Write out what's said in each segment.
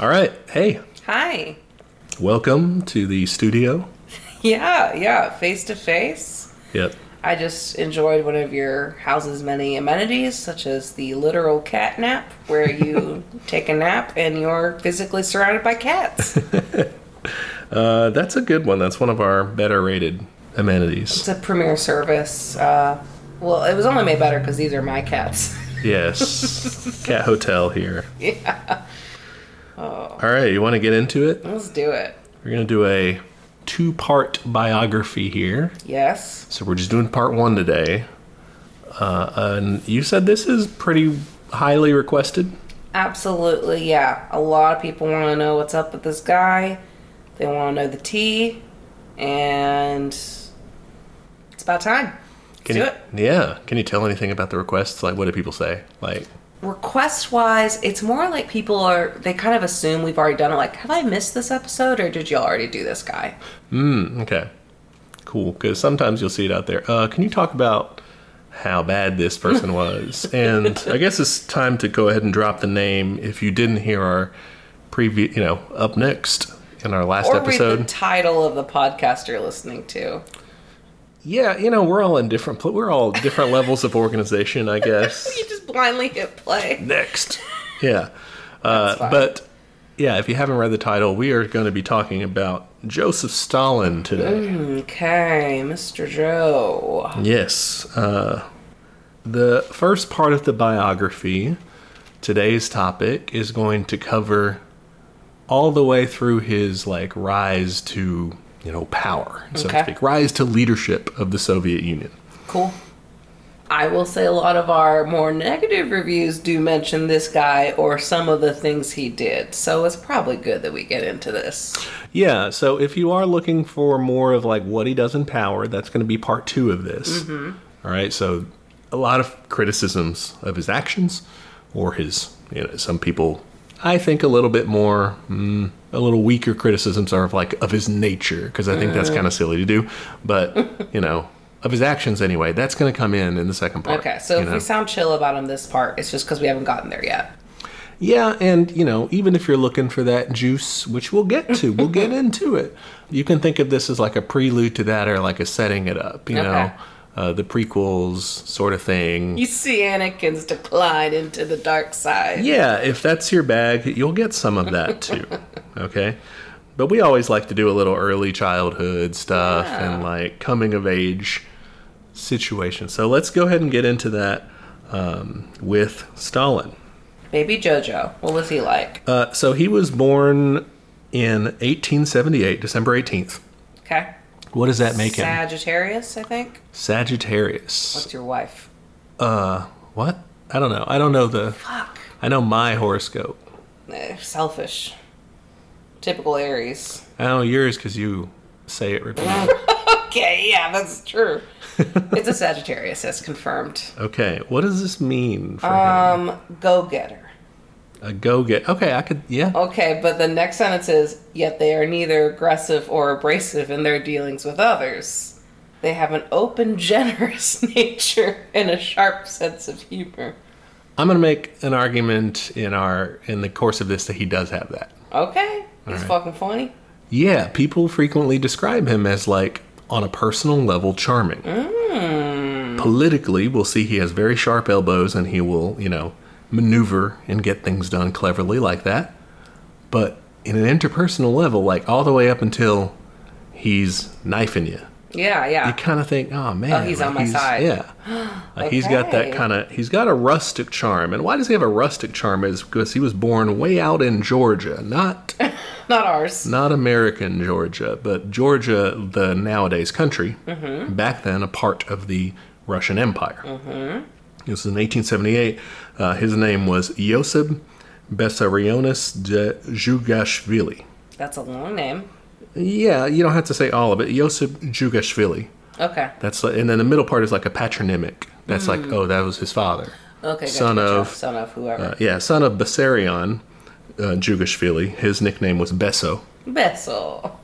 All right. Hey, Hi. welcome to the studio. Yeah, yeah, face to face. Yep. I just enjoyed one of your house's many amenities, such as the literal cat nap, where you take a nap and you're physically surrounded by cats. Uh, that's a good one. That's one of our better rated amenities. It's a premier service. Uh, well, it was only made better because these are my cats. Yes. Cat hotel here. yeah, All right. You want to get into it? Oh, let's do it. We're going to do a two part biography here. Yes. So we're just doing part one today. Uh, and you said this is pretty highly requested. Absolutely, yeah. A lot of people want to know what's up with this guy. They want to know the tea, and it's about time. Let's Can do you, it. Yeah. Can you tell anything about the requests? Like, what do people say? Like, Request wise, it's more like people are they kind of assume we've already done it. Like, have I missed this episode, or did you already do this guy? Okay. Cool. Because sometimes you'll see it out there. Uh, can you talk about how bad this person was? and I guess it's time to go ahead and drop the name if you didn't hear our preview, you know, up next in our last Or read episode. the title of the podcast you're listening to. yeah, you know, we're all in different, pl- we're all different levels of organization, I guess. You just blindly hit play. next. Yeah. Uh, fine. but yeah, if you haven't read the title, we are going to be talking about Joseph Stalin today. Okay, Mr. Joe. Yes. Uh, the first part of the biography, today's topic, is going to cover all the way through his like rise to you know power, so to Okay. speak, rise to leadership of the Soviet Union. Cool. I will say a lot of our more negative reviews do mention this guy or some of the things he did, so it's probably good that we get into this. Yeah. So if you are looking for more of like what he does in power, that's going to be part two of this. Mm-hmm. All right. So a lot of criticisms of his actions or his, you know, some people. I think a little bit more, mm, a little weaker criticisms are of like of his nature because I think that's kind of silly to do, but you know, of his actions anyway. That's going to come in in the second part. Okay, so you if know? we sound chill about him this part, it's just because we haven't gotten there yet. Yeah, and you know, even if you're looking for that juice, which we'll get to, we'll get into it. You can think of this as like a prelude to that, or like a setting it up. You Okay. know, uh, the prequels sort of thing. You see Anakin's decline into the dark side. Yeah, if that's your bag, you'll get some of that too. okay, but we always like to do a little early childhood stuff and like coming of age situations. So let's go ahead and get into that um, with Stalin. Baby JoJo, what was he like? Uh, so he was born in 1878, December 18th. Okay. What does that make him? Sagittarius, I think. Sagittarius. What's your wife? What? I don't know. I don't know the. Fuck. I know my horoscope. Eh, Selfish. Typical Aries. I don't know yours because you say it repeatedly. Okay, yeah, that's true. it's a Sagittarius, that's confirmed. okay. What does this mean for him? Um, go getter. A go get. Okay, I could. Yeah. Okay, but the next sentence is yet they are neither aggressive or abrasive in their dealings with others. They have an open, generous nature and a sharp sense of humor. I'm gonna make an argument in our in the course of this that he does have that. Okay, he's right. fucking funny. Yeah, people frequently describe him as like on a personal level charming. Mm. Politically, we'll see he has very sharp elbows and he will, you know, maneuver and get things done cleverly like that. But in an interpersonal level, like all the way up until he's knifing you, Yeah, you yeah. kind of think, oh man, he's on my side." Yeah, Like, he's got that Okay. kind of he's got a rustic charm. And why does he have a rustic charm? Is because he was born way out in Georgia, not Not ours. not American Georgia, but Georgia, the nowadays country, back then a part of the Russian Empire. This was in 1878. Uh, his name was Yosib Bessarionis de Zhugashvili. That's a long name. Yeah, you don't have to say all of it. Yosib Zhugashvili. Okay. That's like, and then the middle part is like a patronymic. That's like, oh, that was his father. Okay. Gotcha, Son gotcha. of- son of whoever. Uh, yeah, son of Bessarion uh, Zhugashvili. His nickname was Besso. Bessel.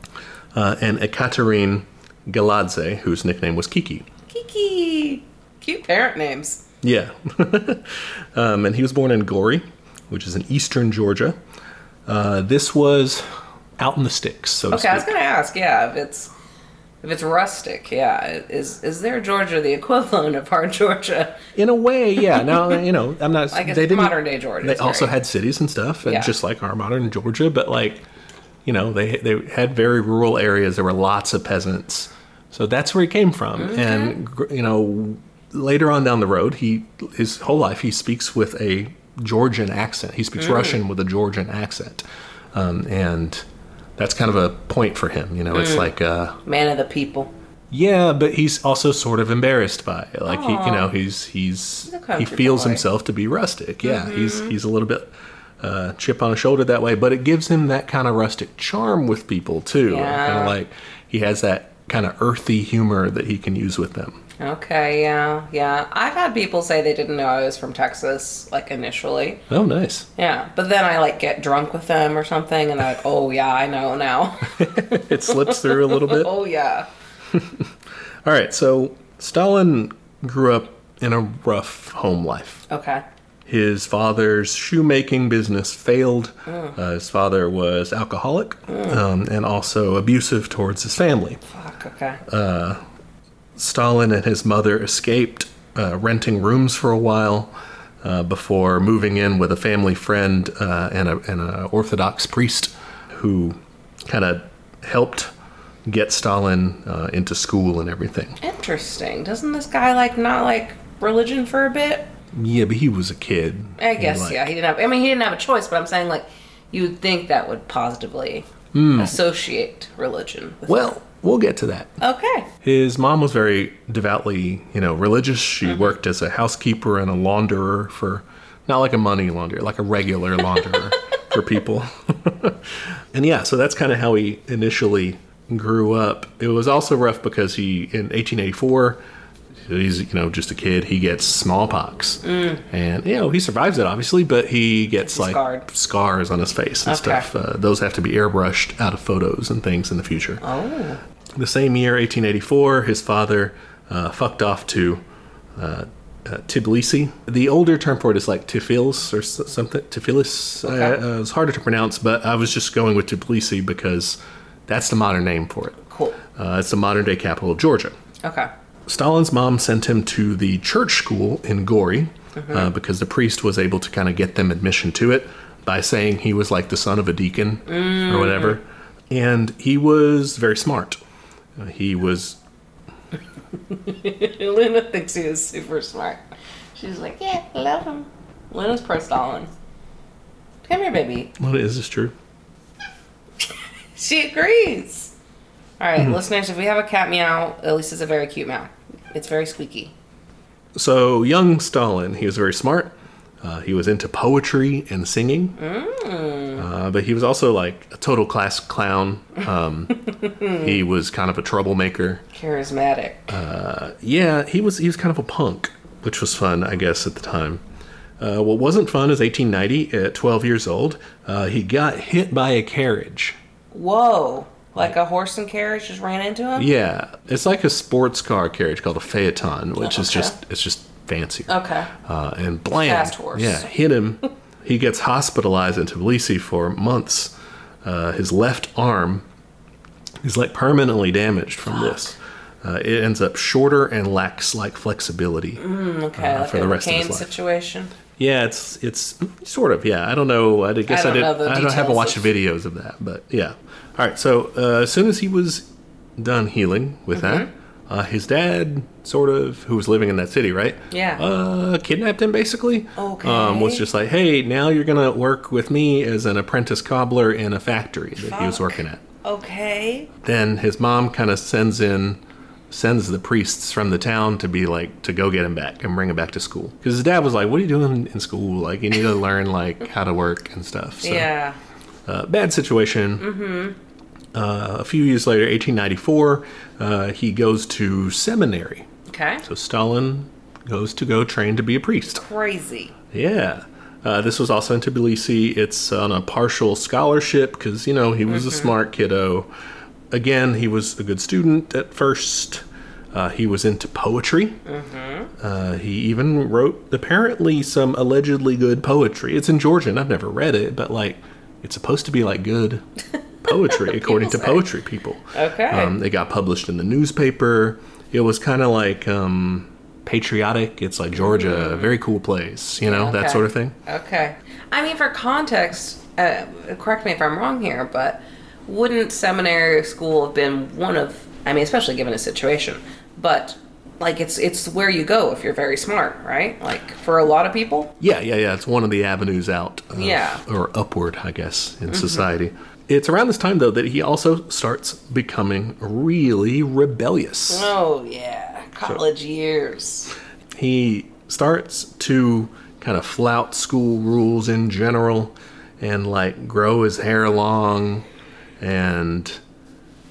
uh, and Ekaterine Galadze, whose nickname was Kiki. Kiki. Cute parent names. Yeah. um, and he was born in Gori, which is in eastern Georgia. Uh, this was out in the sticks, so to Okay, I was speak. gonna ask. Yeah, if it's if it's rustic, yeah, is is there Georgia the equivalent of our Georgia? In a way, yeah. Now you know, I'm not. Like it's they didn't. modern day Georgia. they sorry. also had cities and stuff, and Yeah. just like our modern Georgia, but like, you know, they they had very rural areas. There were lots of peasants, so that's where he came from. And gr And you know, later on down the road, he his whole life he speaks with a Georgian accent. He speaks Mm. Russian with a Georgian accent, um, and that's kind of a point for him. You know, Mm. it's like. Uh, man of the people. yeah, but he's also sort of embarrassed by it. Like he, Aw. you know, he's he's, a he country feels boy. Mm-hmm. himself to be rustic. Yeah, he's he's a little bit uh, chip on his shoulder that way, but it gives him that kind of rustic charm with people too. Yeah. Kind of like he has that kind of earthy humor that he can use with them. Okay, yeah, yeah. I've had people say they didn't know I was from Texas, like initially. Oh, nice. Yeah, but then I like get drunk with them or something, and they're like, "Oh yeah, I know now." It slips through a little bit. oh yeah. All right, so Stalin grew up in a rough home life. Okay. His father's shoemaking business failed. Oh. Uh, his father was alcoholic um, and also abusive towards his family. Fuck. Okay. Stalin and his mother escaped, uh, renting rooms for a while uh, before moving in with a family friend uh, and an and a Orthodox priest who kind of helped get Stalin uh, into school and everything. Interesting. Doesn't this guy like not like religion for a bit? Yeah, but he was a kid. I guess Like- yeah. He didn't have. I mean, he didn't have a choice. But I'm saying like, you would think that would positively associate religion. With Hmm. Well, we'll get to that. Okay. His mom was very devoutly, you know, religious. She Mm-hmm. worked as a housekeeper and a launderer for, not like a money launderer, like a regular launderer for people. and yeah, so that's kind of how he initially grew up. It was also rough because he, in 1884, he's, you know, just a kid, he gets smallpox. Mm. And, you know, he survives it, obviously, but he gets like scarred. scars on his face and Okay. stuff. Uh, those have to be airbrushed out of photos and things in the future. Oh. The same year, 1884, his father uh, fucked off to uh, uh, Tbilisi. The older term for it is like Tiflis or s- something. Tiflis. Okay. Uh, uh, it's harder to pronounce, but I was just going with Tbilisi because that's the modern name for it. Cool. Uh, it's the modern day capital of Georgia. Okay. Stalin's mom sent him to the church school in Gori uh, because the priest was able to kind of get them admission to it by saying he was like the son of a deacon or whatever. And he was very smart. Uh, he was Luna thinks he is super smart. She's like, yeah, I love him. Luna's pro Stalin. Come here, baby. Well, is this true? She agrees. All right, Hmm. listeners, if we have a cat meow, at least it's a very cute meow. It's very squeaky. So, young Stalin, he was very smart. Uh, he was into poetry and singing. Uh, but he was also like a total class clown. Um, he was kind of a troublemaker. Charismatic. Yeah, he was he was kind of a punk, which was fun, I guess, at the time. Uh, what wasn't fun is 1890, at 12 years old, uh, he got hit by a carriage. Whoa. Like a horse and carriage just ran into him? Yeah, it's like a sports car carriage called a phaeton, which is Okay. just it's just fancier. Okay. uh, and bland. Fast horse. Yeah, hit him. he gets hospitalized in Tbilisi for months. Uh, his left arm is like permanently damaged from this. Uh, it ends up shorter and lacks like flexibility. Mm. Okay, like for a the rest of McCain his life. situation. Yeah, it's it's sort of yeah. I don't know. I guess I, don't know didn't. the I don't haven't details watched of- videos of that, but yeah. All right. So uh, as soon as he was done healing with that, uh, his dad sort of who was living in that city, right? Yeah. Uh, kidnapped him basically. Okay. Um, was just like, hey, now you're gonna work with me as an apprentice cobbler in a factory that he was Fuck. working at. Okay. Then his mom kind of sends in. Sends the priests from the town to be like to go get him back and bring him back to school because his dad was like, "What are you doing in school? Like, you need to learn like how to work and stuff." So, Yeah. uh, bad situation. Mm-hmm. Uh, a few years later, 1894, uh, he goes to seminary. Okay. So Stalin goes to go train to be a priest. Crazy. Yeah. Uh, this was also in Tbilisi. It's on a partial scholarship because, you know, he was a smart kiddo. Again, he was a good student at first. Uh, he was into poetry. Uh, he even wrote, apparently, some allegedly good poetry. It's in Georgian. I've never read it, but, like, It's supposed to be like good poetry, according to say. poetry people. Okay. Um, it got published in the newspaper. It was kind of like um, patriotic. It's like Georgia, a very cool place, you know, Mm. Okay. that sort of thing. Okay. I mean, for context, uh, correct me if I'm wrong here, but wouldn't seminary or school have been one of? I mean, especially given a situation, but like it's it's where you go if you're very smart, right? Like for a lot of people. Yeah, yeah, yeah. It's one of the avenues out, of- Yeah. Mm-hmm. or upward, I guess, in society. It's around this time though that he also starts becoming really rebellious. Oh yeah, college years. He starts to kind of flout school rules in general, and like grow his hair long, and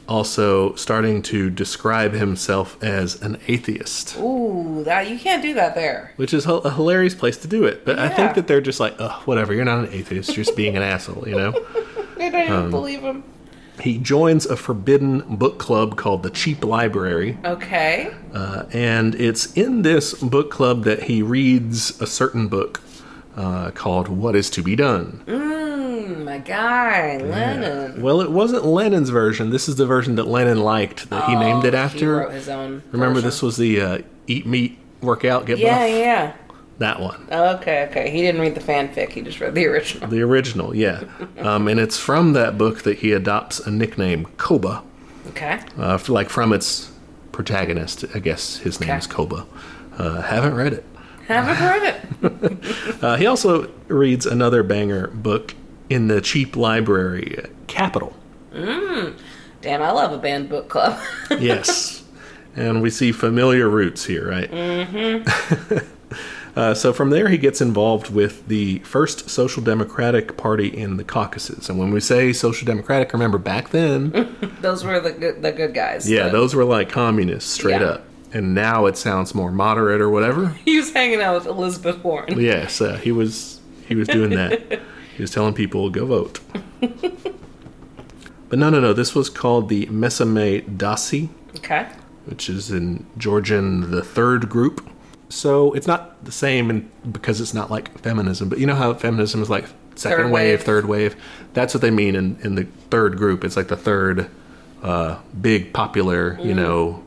also starting to describe himself as an atheist. Ooh, that you can't do that there. Which is hi- a hilarious place to do it, but I Yeah. think that they're just like, Ugh, whatever. You're not an atheist. You're just being an asshole, you know. They don't Um, even believe him. He joins a forbidden book club called the Cheap Library, Okay. uh, and it's in this book club that he reads a certain book uh, called "What Is to Be Done." Mm, my guy, Lennon. Well, it wasn't Lennon's version. This is the version that Lennon liked that he named it Oh, He after. wrote his own. Remember, version. this was the uh, "Eat Meat, Work Out, Get Yeah, Buff." yeah. Oh, That one, Okay, okay. He didn't read the fanfic. He just read the original. the original, yeah. um, and it's from that book that he adopts a nickname, Koba. Okay. uh, f- like from its protagonist. I guess his name Okay. is Koba. Uh, haven't read it. Haven't heard it. Uh, he also reads another banger book in the cheap library, uh, Capital. Damn, I love a banned book club. Yes. and we see familiar roots here, right? Mm-hmm. uh, so from there, he gets involved with the first Social Democratic Party in the Caucasus. And when we say Social Democratic, remember back then, Those were the good, the good guys. yeah, Those... those were like communists straight Yeah. up. And now it sounds more moderate or whatever. He was hanging out with Elizabeth Warren. Yes, uh, he was he was doing that. he was telling people go vote. but no, no, no. This was called the Mesame Dasi, Okay. which is in Georgian the third group. So it's not the same, in, because it's not like feminism. But you know how feminism is like second Third wave, wave. third wave. That's what they mean in in the third group. It's like the third uh, big popular, Mm. you know.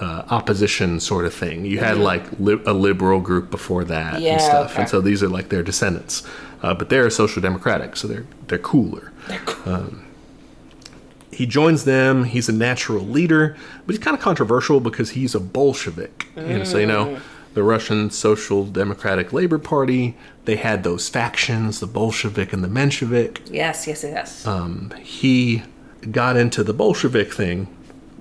Uh, opposition sort of thing. You had like li- a liberal group before that Yeah, and stuff, okay. and so these are like their descendants, uh, but they're social democratic, so they're they're cooler. Um, he joins them. He's a natural leader, but he's kind of controversial because he's a Bolshevik, and so you Mm. know the Russian Social Democratic Labor Party. They had those factions, the Bolshevik and the Menshevik Yes, yes, yes. um, he got into the Bolshevik thing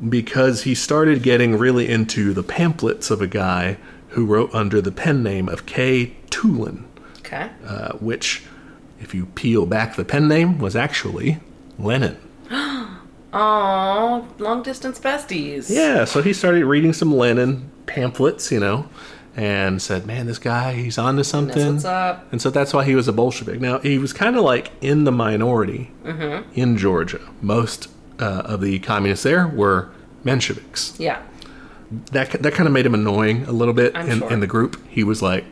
because he started getting really into the pamphlets of a guy who wrote under the pen name of K. Tulin, okay. uh, which, if you peel back the pen name, was actually Lenin. Aw, long distance besties. Yeah, so he started reading some Lenin pamphlets, you know, and said, "Man, this guy, he's onto something." what's up. And so that's why he was a Bolshevik. Now he was kind of like in the minority Mm-hmm. in Georgia. Most uh, of the communists there were Mensheviks. Yeah. That that kind of made him annoying a little bit I'm in, sure. in the group. He was like.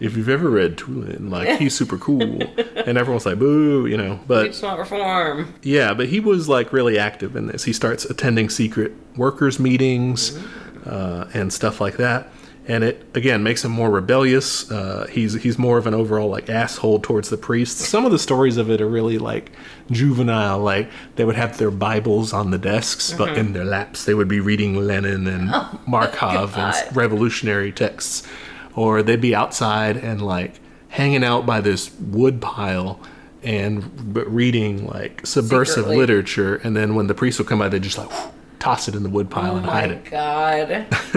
If you've ever read Tulin, like he's super cool, and everyone's like, "Boo," you know. We But just want reform. yeah, but he was like really active in this. He starts attending secret workers' meetings uh, and stuff like that. And it again makes him more rebellious. Uh, he's he's more of an overall like asshole towards the priests. Some of the stories of it are really like juvenile. Like they would have their Bibles on the desks, but in their laps they would be reading Lenin and Markov and s- God. revolutionary texts, or they'd be outside and like hanging out by this wood pile and b- reading like subversive Secretly. literature. And then when the priests would come by, they just like whew, toss it in the wood pile and hide Oh My it.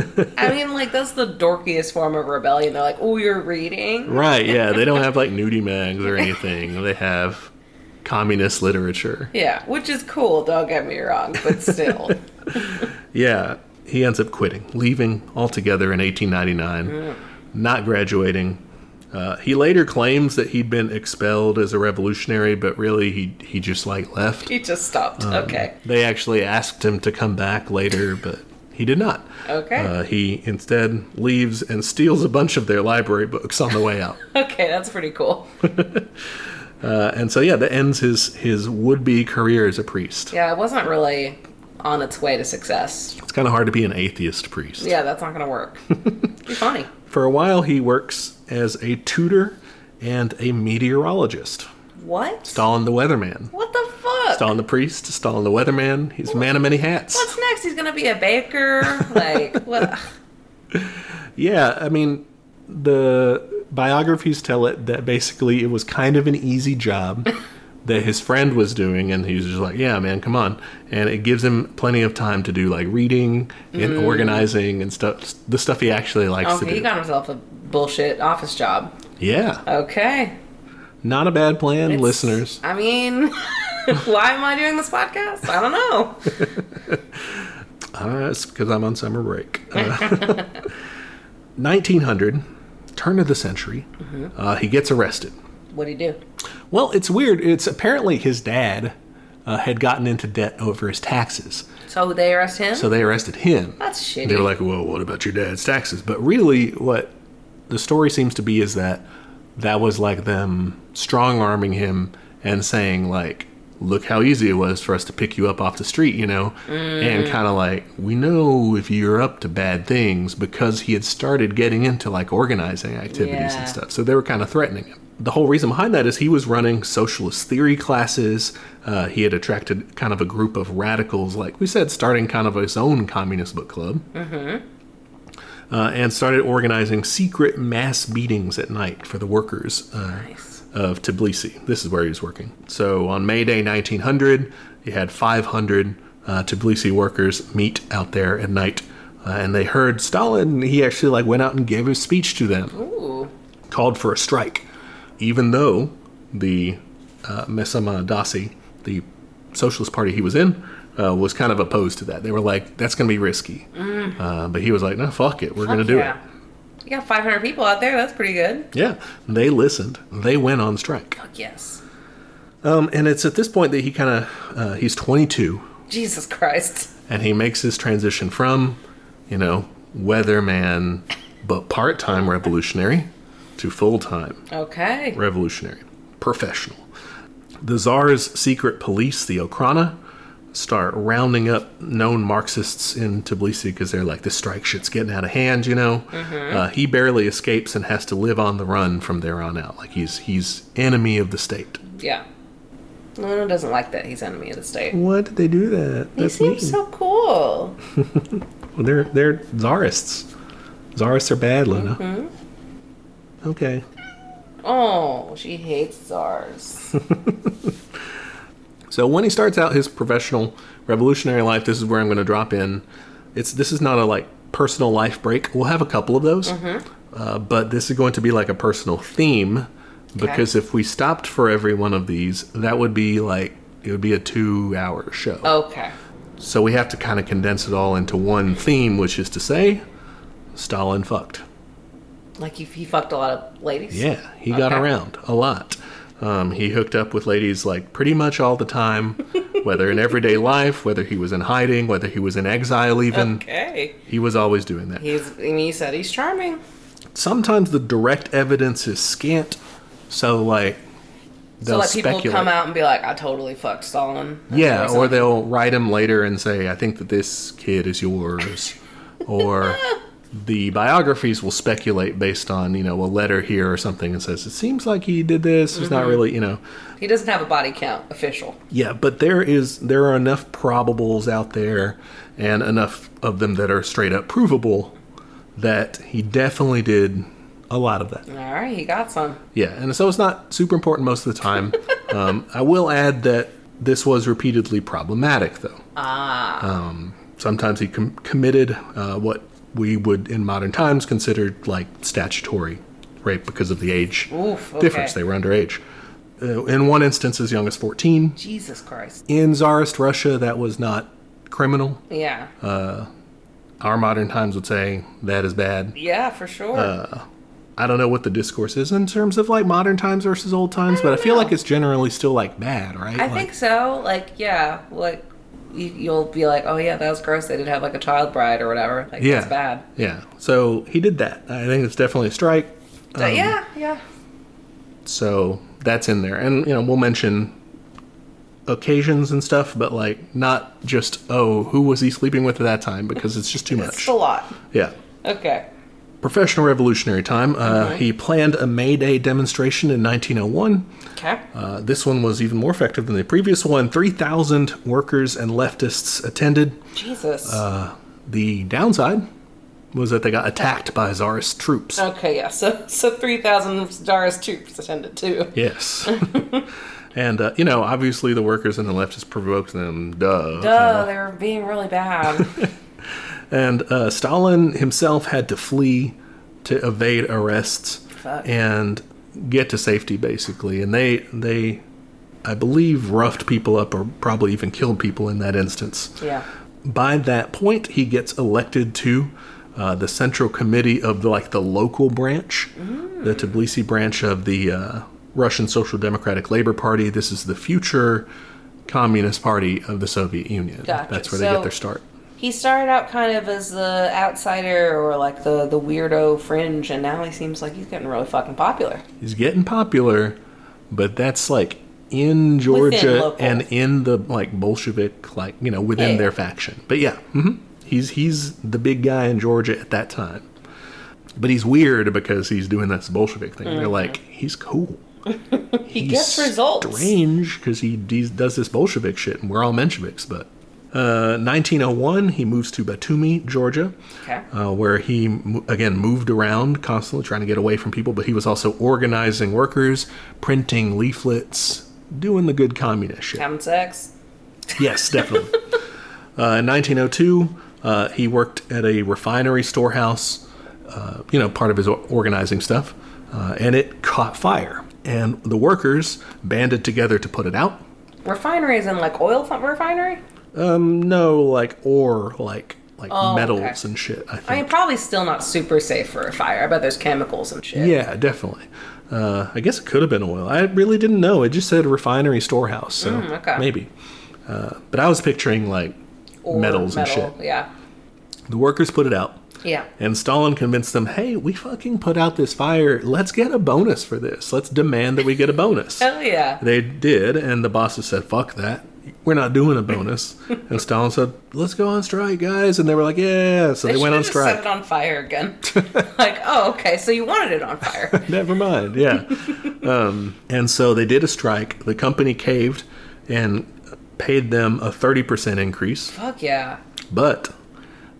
God. I mean, like, that's the dorkiest form of rebellion. They're like, oh, you're reading? Right? Yeah, they don't have like nudie mags or anything. they have communist literature. Yeah, which is cool, don't get me wrong, but still. Yeah, he ends up quitting, leaving altogether in 1899, not graduating. Uh, he later claims that he'd been expelled as a revolutionary, but really he he just like left. he just stopped. Um, okay. They actually asked him to come back later, but he did not. Okay. Uh, he instead leaves and steals a bunch of their library books on the way out. Okay, that's pretty cool. Uh, and so yeah, that ends his his would be career as a priest. Yeah, it wasn't really on its way to success. It's kind of hard to be an atheist priest. Yeah, that's not going to work. be funny. For a while, he works as a tutor and a meteorologist. What? Stalin the weatherman. What the fuck? Stalin the priest. Stalin the weatherman. He's a man of many hats. What's next? He's going to be a baker? Like, what? Yeah, I mean, the biographies tell it that basically it was kind of an easy job that his friend was doing, and he was just like, "Yeah, man, come on!" And it gives him plenty of time to do like reading and organizing and stuff, the stuff he actually likes to Mm. Okay, he do. got himself a bullshit office job. yeah, Okay. not a bad plan, listeners. I mean, why am I doing this podcast? I don't know. Uh, it's because I'm on summer break. Uh, 1900, turn of the century, uh, he gets arrested. What'd he do? Well, it's weird. It's apparently his dad uh, had gotten into debt over his taxes. So they arrest him? So they arrested him. That's shitty. They were like, well, what about your dad's taxes? But really, what the story seems to be is that that was like them strong arming him and saying, like, look how easy it was for us to pick you up off the street, you know? Mm. And kind of like, we know if you're up to bad things because he had started getting into like organizing activities Yeah. and stuff. So they were kind of threatening him. The whole reason behind that is he was running socialist theory classes. Uh, he had attracted kind of a group of radicals, like we said, starting kind of his own communist book club uh, and started organizing secret mass beatings at night for the workers uh, Nice. of Tbilisi. This is where he was working. So on May Day 1900, he had 500 uh, Tbilisi workers meet out there at night, uh, and they heard Stalin. He actually like went out and gave his speech to them, Ooh. called for a strike, even though the uh, Mesama Dasi, the socialist party he was in. Uh, was kind of opposed to that. They were like, "That's going to be risky," uh, but he was like, "No, fuck it, we're going to do it." You got 500 people out there. That's pretty good. Yeah, they listened. They went on strike. Fuck yes. Um, and it's at this point that he kind of uh, he's 22 Jesus Christ. and he makes his transition from, you know, weatherman but part-time revolutionary to full-time Okay. revolutionary, professional. The Tsar's secret police, the Okhrana, start rounding up known Marxists in Tbilisi because they're like, this strike shit's getting out of hand, you know? Mm-hmm. Uh, he barely escapes and has to live on the run from there on out. Like, he's, he's enemy of the state. Yeah. Luna doesn't like that he's enemy of the state. Why did they do that? He seems so cool. They're, they're Tsarists. Tsarists are bad, Luna. Mm-hmm. Okay. Oh, she hates czars. So when he starts out his professional revolutionary life, this is where I'm going to drop in. It's this is not a like personal life break. We'll have a couple of those, uh, but this is going to be like a personal theme because if we stopped for every one of these, that would be like it would be a two-hour show. okay. So we have to kind of condense it all into one theme, which is to say, Stalin fucked. Like he, he fucked a lot of ladies. Yeah, he got Okay. around a lot. Um, he hooked up with ladies like pretty much all the time, whether in everyday life, whether he was in hiding, whether he was in exile, even. Okay. He was always doing that. He's. I mean, he said he's charming. Sometimes the direct evidence is scant, so like they'll So like speculate. people come out and be like, "I totally fucked Stalin." yeah, or something. they'll write him later and say, "I think that this kid is yours," or the biographies will speculate based on you know a letter here or something and says it seems like he did this. It's Mm-hmm. not really you know. He doesn't have a body count official. Yeah, but there is there are enough probables out there and enough of them that are straight up provable that he definitely did a lot of that. All right, he got some. Yeah, and so it's not super important most of the time. um, I will add that this was repeatedly problematic, though. Ah. Um, sometimes he com- committed uh, what we would in modern times consider like statutory rape because of the age Oof, okay. difference. They were underage. Uh, in one instance, as young as 14 Jesus Christ. in Tsarist Russia, that was not criminal. Yeah. Uh, Our modern times would say that is bad. yeah, for sure. uh, I don't know what the discourse is in terms of like modern times versus old times, but I feel know. like it's generally still like bad, right? I like, think so. Like, yeah, like you, you'll be like, "Oh yeah, that was gross. They did have like a child bride or whatever. Like, yeah, that's bad." Yeah. Um, So he did that. I think it's definitely a strike. So, yeah, yeah. So that's in there. And you know, we'll mention occasions and stuff, but like not just oh, who was he sleeping with at that time because it's just too much. It's a lot. yeah. Okay. Professional Revolutionary time. Uh, Mm-hmm. He planned a May Day demonstration in 1901. Okay. Uh, this one was even more effective than the previous one. 3,000 workers and leftists attended. Jesus. Uh, the downside was that they got attacked by Tsarist troops. okay, yeah. So so 3,000 Zara's troops attended too. Yes. and, uh, you know, obviously the workers and the leftists provoked them. Duh. Duh, they were being really bad. And uh, Stalin himself had to flee to evade arrests Fuck. and get to safety, basically. And they, they, I believe, roughed people up or probably even killed people in that instance. yeah. by that point he gets elected to uh, the central committee of the, like the local branch the Mm. tbilisi branch of the uh, russian social democratic labor party this is the future communist party of the soviet union Gotcha. that's where they get So- their start He started out kind of as the outsider or like the, the weirdo fringe, and now he seems like he's getting really fucking popular. he's getting popular but that's like in georgia local. and in the like bolshevik like you know within Yeah. their faction but yeah hmm he's he's the big guy in georgia at that time but he's weird because he's doing this bolshevik thing they're like he's cool Mm-hmm. He he's gets results. strange because he, he does this bolshevik shit and we're all mensheviks but uh, 1901 he moves to batumi georgia Okay. uh, where he m- again moved around constantly trying to get away from people, but he was also organizing workers, printing leaflets, doing the good communist shit. Having sex. Yes, definitely. uh, in 1902, uh, he worked at a refinery storehouse, uh, you know, part of his o- organizing stuff, uh, and it caught fire. And the workers banded together to put it out. Refinery is in like oil fu- refinery? Um, No, like ore, like like metals okay. and shit. I think. I mean, probably still not super safe for a fire. I bet there's chemicals and shit. Yeah, definitely. Uh, I guess it could have been oil. I really didn't know. It just said refinery storehouse, so Mm, okay. maybe. Uh, but I was picturing like Or metals metal. and shit. Yeah. The workers put it out, Yeah. and Stalin convinced them, "Hey, we fucking put out this fire. Let's get a bonus for this. Let's demand that we get a bonus." Hell yeah. They did, and the bosses said, "Fuck that. We're not doing a bonus." and Stalin said, "Let's go on strike, guys." And they were like, "Yeah." So they, They went on should've just strike. Set it on fire again. like, oh, okay. So you wanted it on fire? Never mind. Yeah. um, and so they did a strike. The company caved and paid them a 30% increase. Fuck yeah. But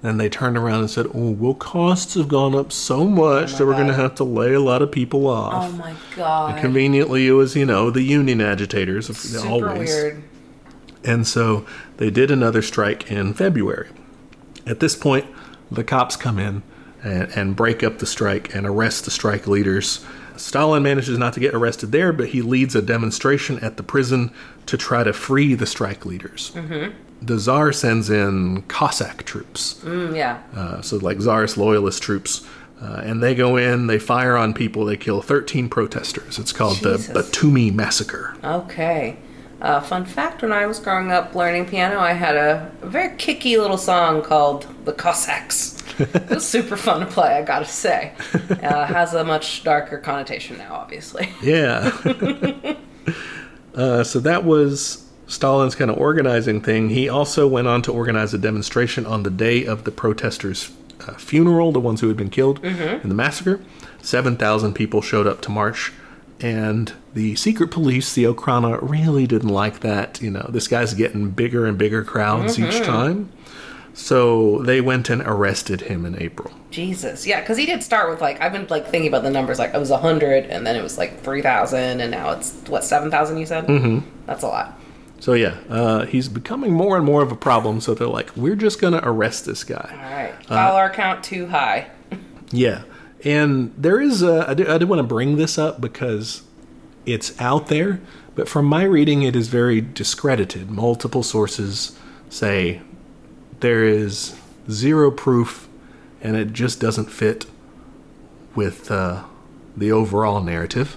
then they turned around and said, oh, well, costs have gone up so much that we're going to have to lay a lot of people Oh off. my god. Conveniently, it was, you know, the union agitators, of- Super always. weird. And so they did another strike in February. At this point, the cops come in and, and break up the strike and arrest the strike leaders. Stalin manages not to get arrested there, but he leads a demonstration at the prison to try to free the strike leaders. The Tsar sends in Cossack troops, Mm, yeah. uh, so like Tsarist loyalist troops, uh, and they go in, they fire on people, they kill 13 protesters. It's called Jesus. the Batumi Massacre. Okay. Uh, fun fact: When I was growing up learning piano, I had a, a very kicky little song called "The Cossacks." it was super fun to play. I gotta say, uh, has a much darker connotation now, obviously. Yeah. uh, so that was Stalin's kind of organizing thing. He also went on to organize a demonstration on the day of the protesters' uh, funeral, the ones who had been killed in the massacre. 7,000 people showed up to march. And the secret police, the Okhrana, really didn't like that. You know, this guy's getting bigger and bigger crowds each time. So they went and arrested him in April. Jesus, yeah, because he did start with like I've been like thinking about the numbers. Like it was hundred, and then it was like three thousand, and now it's what seven thousand? You said mm-hmm. that's a lot. So yeah, uh, he's becoming more and more of a problem. So they're like, we're just gonna arrest this All guy. right, file our count too high. Yeah, and there is a, I do, I do want to bring this up because it's out there, but from my reading, it is very discredited. Multiple sources say there is zero proof, and it Mm-hmm. just doesn't fit with uh, the overall narrative.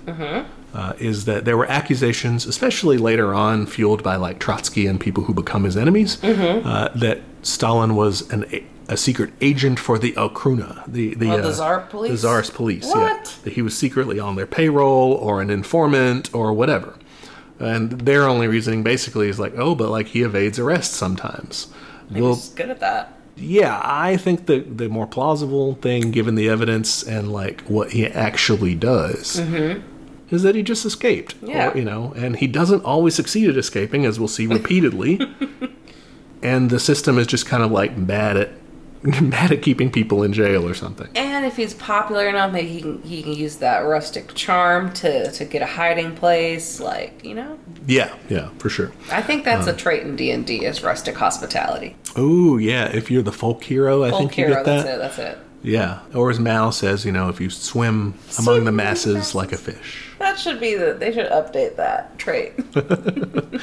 uh, is that there were accusations, especially later on, fueled by like Trotsky and people who become his enemies, Mm-hmm. uh, that Stalin was an a, a secret agent for the Okruna, the the, Oh, the uh, Tsar police? the Tsarist police. What? Yeah, that he was secretly on their payroll or an informant or whatever. And their only reasoning basically is like, oh, but like he evades arrest sometimes. We'll, He's good at that. yeah, I think the the more plausible thing, given the evidence and like what he actually does, is that he just escaped. Yeah. Or, you know, and he doesn't always succeed at escaping, as we'll see repeatedly. and the system is just kind of like mad at mad at keeping people in jail or something. And if he's popular enough, maybe he can, he can use that rustic charm to, to get a hiding place. Like you know, Yeah, yeah, for sure. I think that's a trait in D and D is rustic hospitality. Oh yeah, if you're the folk hero, I Old think you hero, get that. that's it. That's it. Yeah, or as Mao says, you know, if you swim among Swim the among the masses masses. like a fish. That should be the. They should update that trait.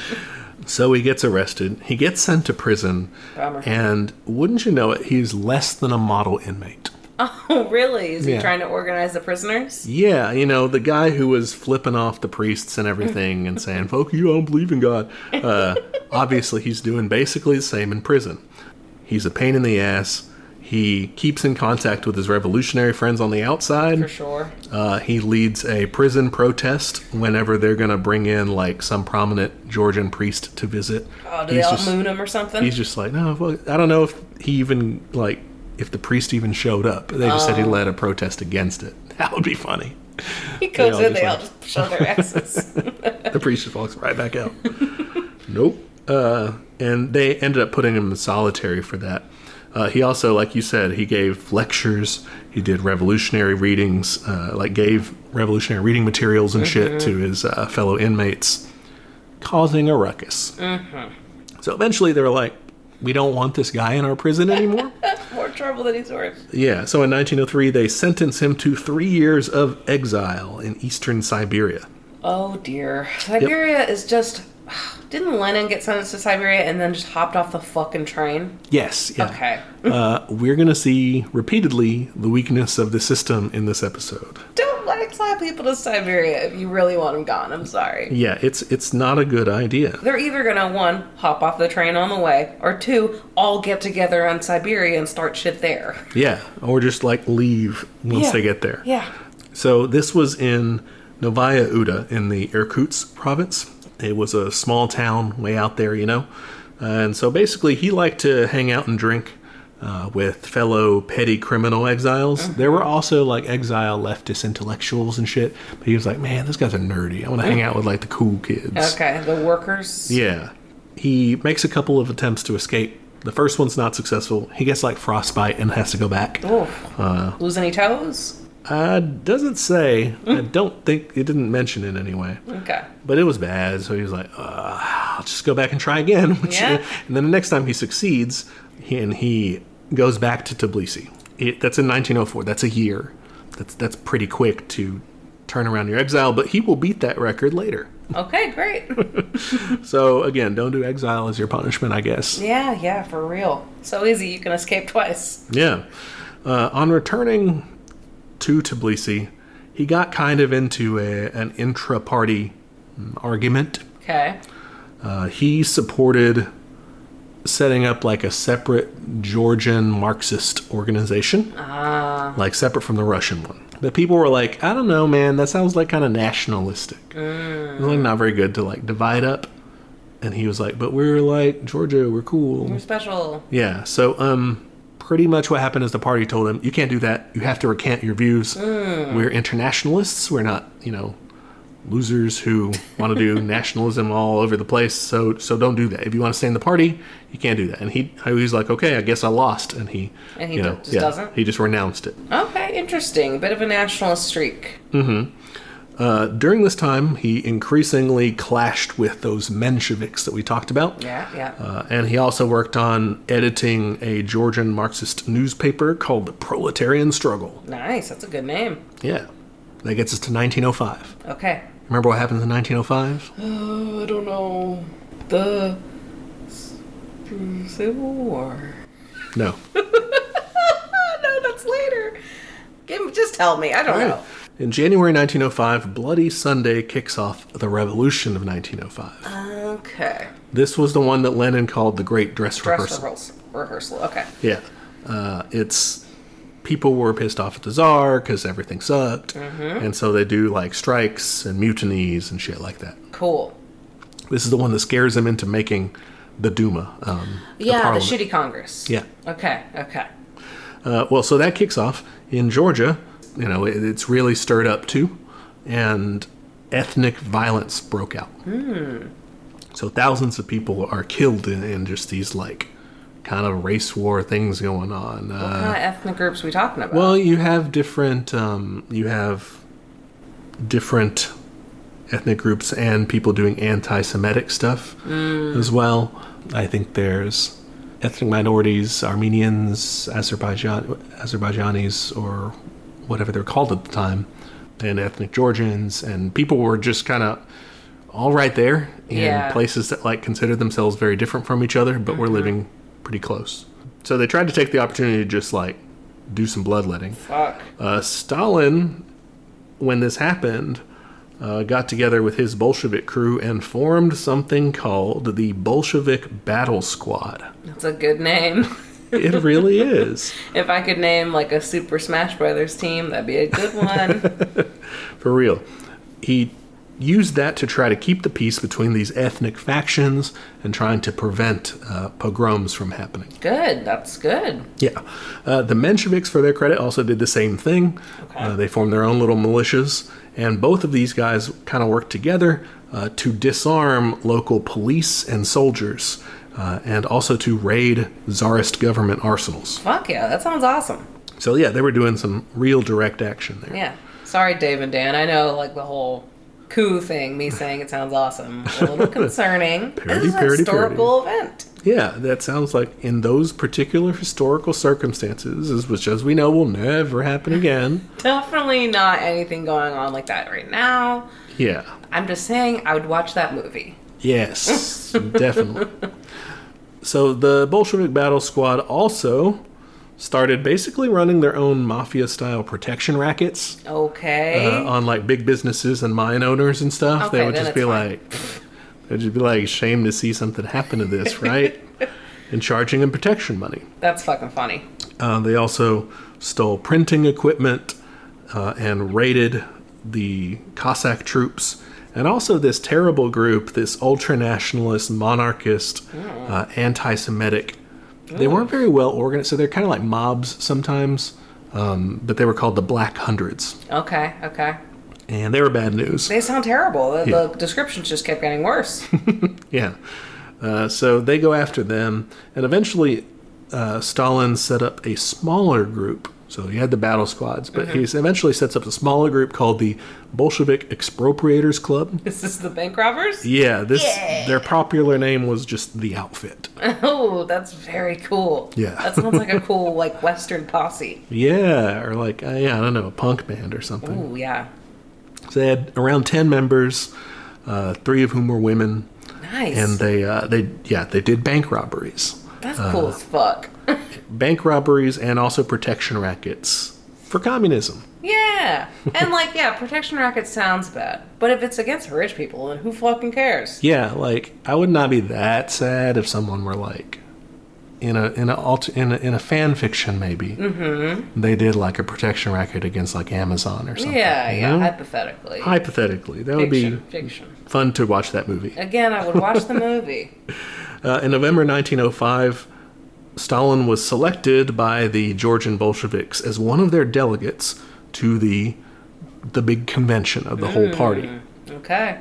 So he gets arrested. He gets sent to prison. Bummer. And wouldn't you know it, he's less than a model inmate. oh, really? Is Yeah. he trying to organize the prisoners? Yeah, you know, the guy who was flipping off the priests and everything and saying, folk, you don't believe in God. Uh, obviously, he's doing basically the same in prison. He's a pain in the ass. He keeps in contact with his revolutionary friends on the outside. For sure. Uh, he leads a prison protest whenever they're going to bring in, like, some prominent Georgian priest to visit. Oh, do He's they all just- moon him or something? he's just like, no, well, I don't know if he even like if the priest even showed up. They just said Oh. he led a protest against it. That would be funny. he goes all in, just they all like- just show their exes. The priest just walks right back out. nope. Uh, and they ended up putting him in solitary for that. Uh, he also, like you said, he gave lectures. He did revolutionary readings, uh, like gave revolutionary reading materials and shit to his uh, fellow inmates, causing a ruckus. So eventually, they were like, "We don't want this guy in our prison anymore." More trouble than he's worth. Yeah, so in 1903, they sentence him to three years of exile in eastern Siberia. Oh dear. Siberia is just. Didn't Lenin get sentenced to Siberia and then just hopped off the fucking train? Yes, yeah. Okay. uh, we're going to see repeatedly the weakness of the system in this episode. Don't let exile people to Siberia if you really want them gone. I'm sorry. Yeah, it's it's not a good idea. They're either gonna one, hop off the train on the way, or two, all get together on Siberia and start shit there. Yeah, or just like leave once Yeah. they get there. Yeah. So this was in Novaya Uda in the Irkutsk province. It was a small town way out there, you know. Uh, And so basically, he liked to hang out and drink uh, with fellow petty criminal exiles. Mm. There were also like exile leftist intellectuals and shit. But he was like, man, those guys are nerdy. I want to hang out with like the cool kids. Mm. Okay. The workers. Yeah. He makes a couple of attempts to escape. The first one's not successful. He gets like frostbite and has to go back. Oof. Lose any toes? Uh, doesn't say. I don't think it didn't mention it anyway. Okay. But it was bad, so he was like, uh, "I'll just go back and try again." Which, Yeah. And then the next time he succeeds, he, and he goes back to Tbilisi. It, that's in 1904. That's a year. That's that's pretty quick to turn around your exile. But he will beat that record later. Okay, great. So again, don't do exile as your punishment, I guess. yeah, yeah, for real. So easy, you can escape twice. Yeah. Uh, on returning to Tbilisi, he got kind of into a, an intra party argument. Okay. Uh, he supported setting up like a separate Georgian Marxist organization, like separate from the Russian one. But people were like, I don't know, man, that sounds like kind of nationalistic. It's like not very good to like divide up. And he was like, but we're like Georgia, we're cool. We're special. Yeah. So, um, pretty much what happened is the party told him, "You can't do that. You have to recant your views. Mm. We're internationalists. We're not, you know, losers who want to do nationalism all over the place. So, so don't do that. If you want to stay in the party, you can't do that." And he, he was like, "Okay, I guess I lost." And he, And he you know, just doesn't? He just renounced it. Okay, interesting. Bit of a nationalist streak. Uh, during this time, he increasingly clashed with those Mensheviks that we talked about. Yeah, yeah. Uh, and he also worked on editing a Georgian Marxist newspaper called The Proletarian Struggle. nice. That's a good name. Yeah. That gets us to 1905. Okay. Remember what happens in 1905? Uh, I don't know. The s- Civil War. No. Oh, no, that's later. Give me, just tell me. I don't know. In January 1905, Bloody Sunday kicks off the Revolution of 1905. Okay. This was the one that Lenin called the Great Dress, Dress Rehearsal. rehearsal. Rehearsal. Okay. Yeah. Uh, it's people were pissed off at the czar because everything sucked. Mm-hmm. And so they do like strikes and mutinies and shit like that. Cool. This is the one that scares them into making the Duma. Um, Yeah, the, parliament. shitty Congress. Yeah. Okay. Okay. Uh, well, so that kicks off in Georgia. You know, it, it's really stirred up too, and ethnic violence broke out. Hmm. So thousands of people are killed in, in just these like kind of race war things going on. What Uh, kind of ethnic groups we talking about? well, you have different um, you have different ethnic groups and people doing anti-Semitic stuff Mm. as well. I think there's ethnic minorities, Armenians, Azerbaijan, Azerbaijanis, or whatever they're called at the time, and ethnic Georgians, and people were just kind of all right there in Yeah. places that like consider themselves very different from each other, but were living pretty close. So they tried to take the opportunity to just like do some bloodletting. Fuck. Uh, Stalin, when this happened, uh, got together with his Bolshevik crew and formed something called the Bolshevik Battle Squad. That's a good name. It really is. if I could name like a Super Smash Brothers team, that'd be a good one. For real. He used that to try to keep the peace between these ethnic factions and trying to prevent uh, pogroms from happening. good. That's good. Yeah. Uh, the Mensheviks, for their credit, also did the same thing. Okay. Uh, they formed their own little militias, and both of these guys kind of worked together uh, to disarm local police and soldiers, uh, and also to raid czarist government arsenals. Fuck yeah. That sounds awesome. So, yeah, they were doing some real direct action there. Yeah. Sorry, Dave and Dan. I know like the whole coup thing. Me saying it sounds awesome. A little concerning. Parody, this is parody, a historical event. Yeah, that sounds like in those particular historical circumstances, as- which, as we know, will never happen again. Definitely not anything going on like that right now. Yeah. I'm just saying I would watch that movie. Yes, definitely. So the Bolshevik battle squad also started basically running their own mafia style protection rackets Okay. uh, on like big businesses and mine owners and stuff. they Eh? Okay, would then just it's be fine. like, they'd just be like, shame to see something happen to this, right? and charging them protection money. That's fucking funny. Uh, they also stole printing equipment uh, and raided the Cossack troops. And also, this terrible group, this ultra nationalist, monarchist, uh, anti Semitic. They weren't very well organized, so they're kind of like mobs sometimes, um, but they were called the Black Hundreds. Okay, okay. And they were bad news. They sound terrible. The, the Yeah. descriptions just kept getting worse. Yeah. Uh, so they go after them, and eventually uh, Stalin set up a smaller group. So he had the battle squads, but he eventually sets up a smaller group called the Bolshevik Expropriators Club. Is this the bank robbers? Yeah, this Yeah. their popular name was just the outfit. Oh, that's very cool. Yeah. That sounds like a cool, like, Western posse. Yeah, or like uh, yeah, I don't know, a punk band or something. Ooh, yeah. So they had around ten members, uh, three of whom were women, Nice. and uh, they uh, they yeah they did bank robberies. that's cool as fuck. bank robberies and also protection rackets for communism. yeah. And, like, yeah, protection racket sounds bad. But if it's against rich people, then who fucking cares? Yeah, like I would not be that sad if someone were like in a in a alt, in a, in a fan fiction maybe Mm-hmm. they did like a protection racket against like Amazon or something. Yeah, you yeah, know? hypothetically. Hypothetically, that would fiction, be fiction. fun to watch that movie. Again, I would watch the movie. Uh, in November 1905, Stalin was selected by the Georgian Bolsheviks as one of their delegates to the the big convention of the whole party. Hmm. Okay.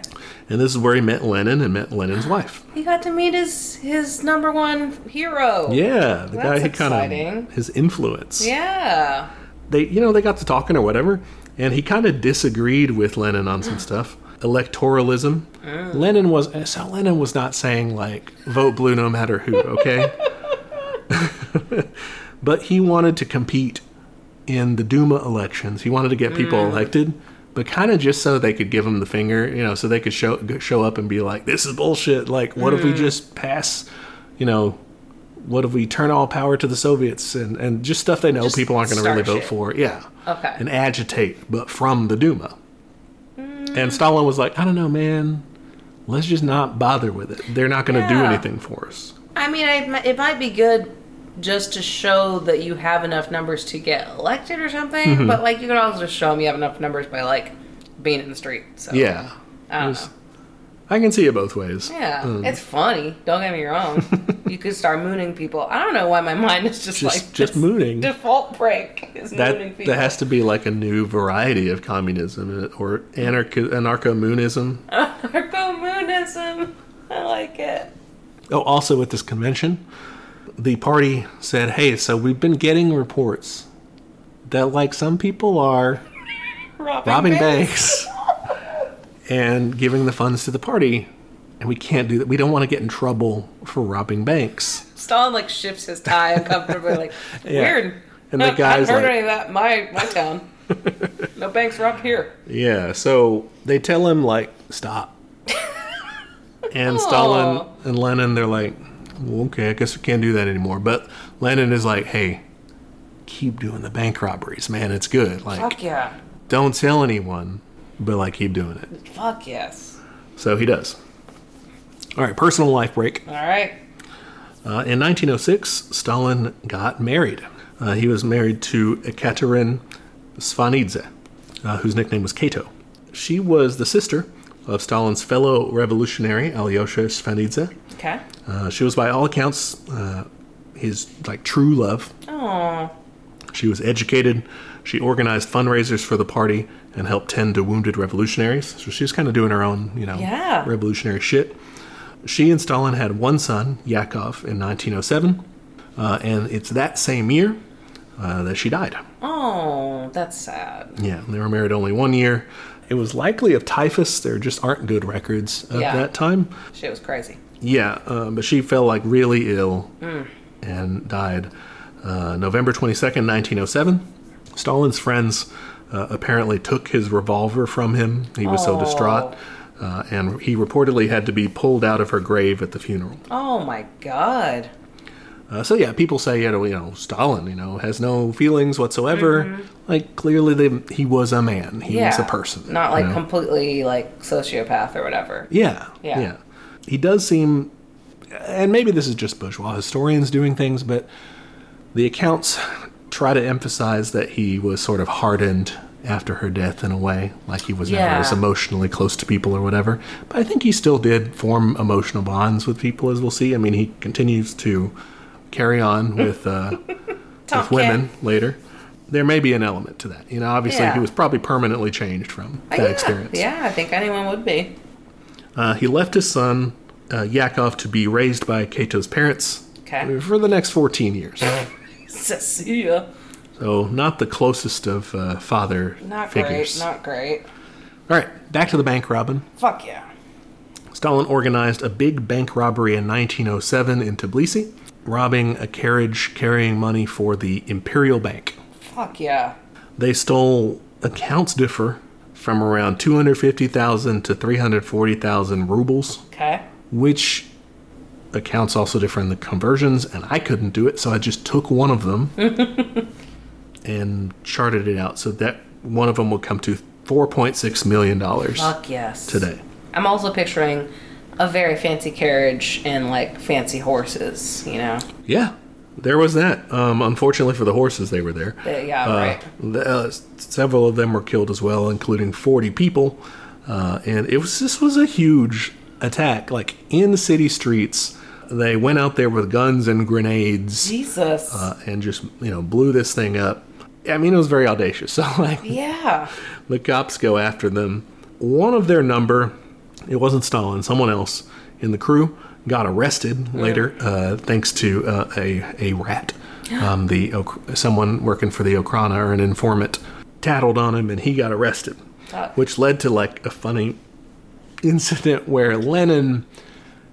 And this is where he met Lenin and met Lenin's wife. He got to meet his his number one hero. Yeah, the guy That's he kind exciting. of his influence. Yeah. They you know they got to talking or whatever, and he kind of disagreed with Lenin on some stuff. Electoralism. Oh. Lenin was so Lenin was not saying like vote blue no matter who, okay? but he wanted to compete in the Duma elections. He wanted to get people Mm. elected, but kind of just so they could give him the finger, you know, so they could Mm. show show up and be like, "This is bullshit. Like, what if we just pass, you know, what if we turn all power to the Soviets and, and just stuff they know Just people aren't going to really start vote shit. for. Yeah. Okay. And agitate, but from the Duma. And Stalin was like, I don't know, man. Let's just not bother with it. They're not going to do Yeah. anything for us. I mean, I, mi- it might be good just to show that you have enough numbers to get elected or something, Mm-hmm. but like you could also just show them you have enough numbers by like being in the street. So Yeah. I don't It was- know. I can see it both ways. Yeah, Um, it's funny. Don't get me wrong. you could start mooning people. I don't know why my mind is just, Just- like just this mooning. Default break is mooning that people. that has to be like a new variety of communism uh, or anarcho anarcho moonism. Anarcho moonism. I like it. Oh, also at this convention, the party said, "Hey, so we've been getting reports that like some people are Robbing, robbing banks. banks and giving the funds to the party, and we can't do that. We don't want to get in trouble for robbing banks." Stalin like shifts his tie uncomfortably, like Yeah. weird. And the guy's I haven't heard like- any of that. in My my town. no banks robbed here. Yeah, so they tell him like stop. and Stalin Aw. and Lenin they're like, well, okay, I guess we can't do that anymore. But Lenin is like, hey, keep doing the bank robberies, man. It's good. Like, Fuck yeah. don't tell anyone, but like keep doing it. Fuck yes. So he does. All right, personal life break. All right. Uh, in 1906, Stalin got married. Uh, he was married to Ekaterin Svanidze, uh, whose nickname was Cato. She was the sister of Stalin's fellow revolutionary Alyosha Svanidze. Okay. Uh, she was, by all accounts, uh, his like true love. Oh, She was educated. She organized fundraisers for the party and helped tend to wounded revolutionaries. So she was kind of doing her own, you know, Yeah. revolutionary shit. She and Stalin had one son, Yakov, in 1907. Uh, and it's that same year uh, that she died. oh, that's sad. Yeah, they were married only one year. It was likely of typhus. There just aren't good records of Yeah. that time. Shit was crazy. Yeah, uh, but she fell like really ill Mm. and died uh, November 22nd, 1907. Stalin's friends uh, apparently took his revolver from him. He was so Oh. distraught. Uh, and he reportedly had to be pulled out of her grave at the funeral. Oh my god. Uh, so yeah, people say you know, you know Stalin, you know, has no feelings whatsoever. Like clearly, they, he was a man. He Mm-hmm. yeah. was a person. Not you like know? completely like sociopath or whatever. Yeah, Yeah. yeah. He does seem, and maybe this is just bourgeois historians doing things, but the accounts try to emphasize that he was sort of hardened after her death in a way, like he was never Yeah. as emotionally close to people or whatever. But I think he still did form emotional bonds with people, as we'll see. I mean, he continues to carry on with. Uh, Top with women later. There may be an element to that. You know, obviously Yeah. Uh, he was probably permanently changed from that yeah. experience. Yeah, I think anyone would be. Uh, he left his son uh, Yakov to be raised by Cato's parents Okay. Mm-hmm. for the next 14 years. Cecilia. so not the closest of uh, father Not figures. great. Not great. All right, back to the bank robin. Fuck yeah. Stalin organized a big bank robbery in 1907 in Tbilisi, robbing a carriage carrying money for the Imperial Bank. Fuck yeah. They stole accounts differ from around 250,000 to 340,000 rubles, Okay. which accounts also differ in the conversions, and I couldn't do it, so I just took one of them and charted it out. So that one of them will come to $4.6 million Fuck yes. today. I'm also picturing a very fancy carriage and like fancy horses, you know. Yeah, there was that. Um, unfortunately for the horses, they were there. They- yeah, Uh, right. the- uh, s- several of them were killed as well, including 40 people. Uh, and it was this was a huge attack, like in the city streets. They went out there with guns and grenades Jesus. uh, and just you know blew this thing up. I mean, it was very audacious. So like yeah. the cops go after them. One of their number, it wasn't Stalin, someone else in the crew got arrested later, uh, thanks to uh, a a rat. Um, the Ok- someone working for the Okrana or an informant tattled on him, and he got arrested, Fuck. which led to like a funny incident where Lenin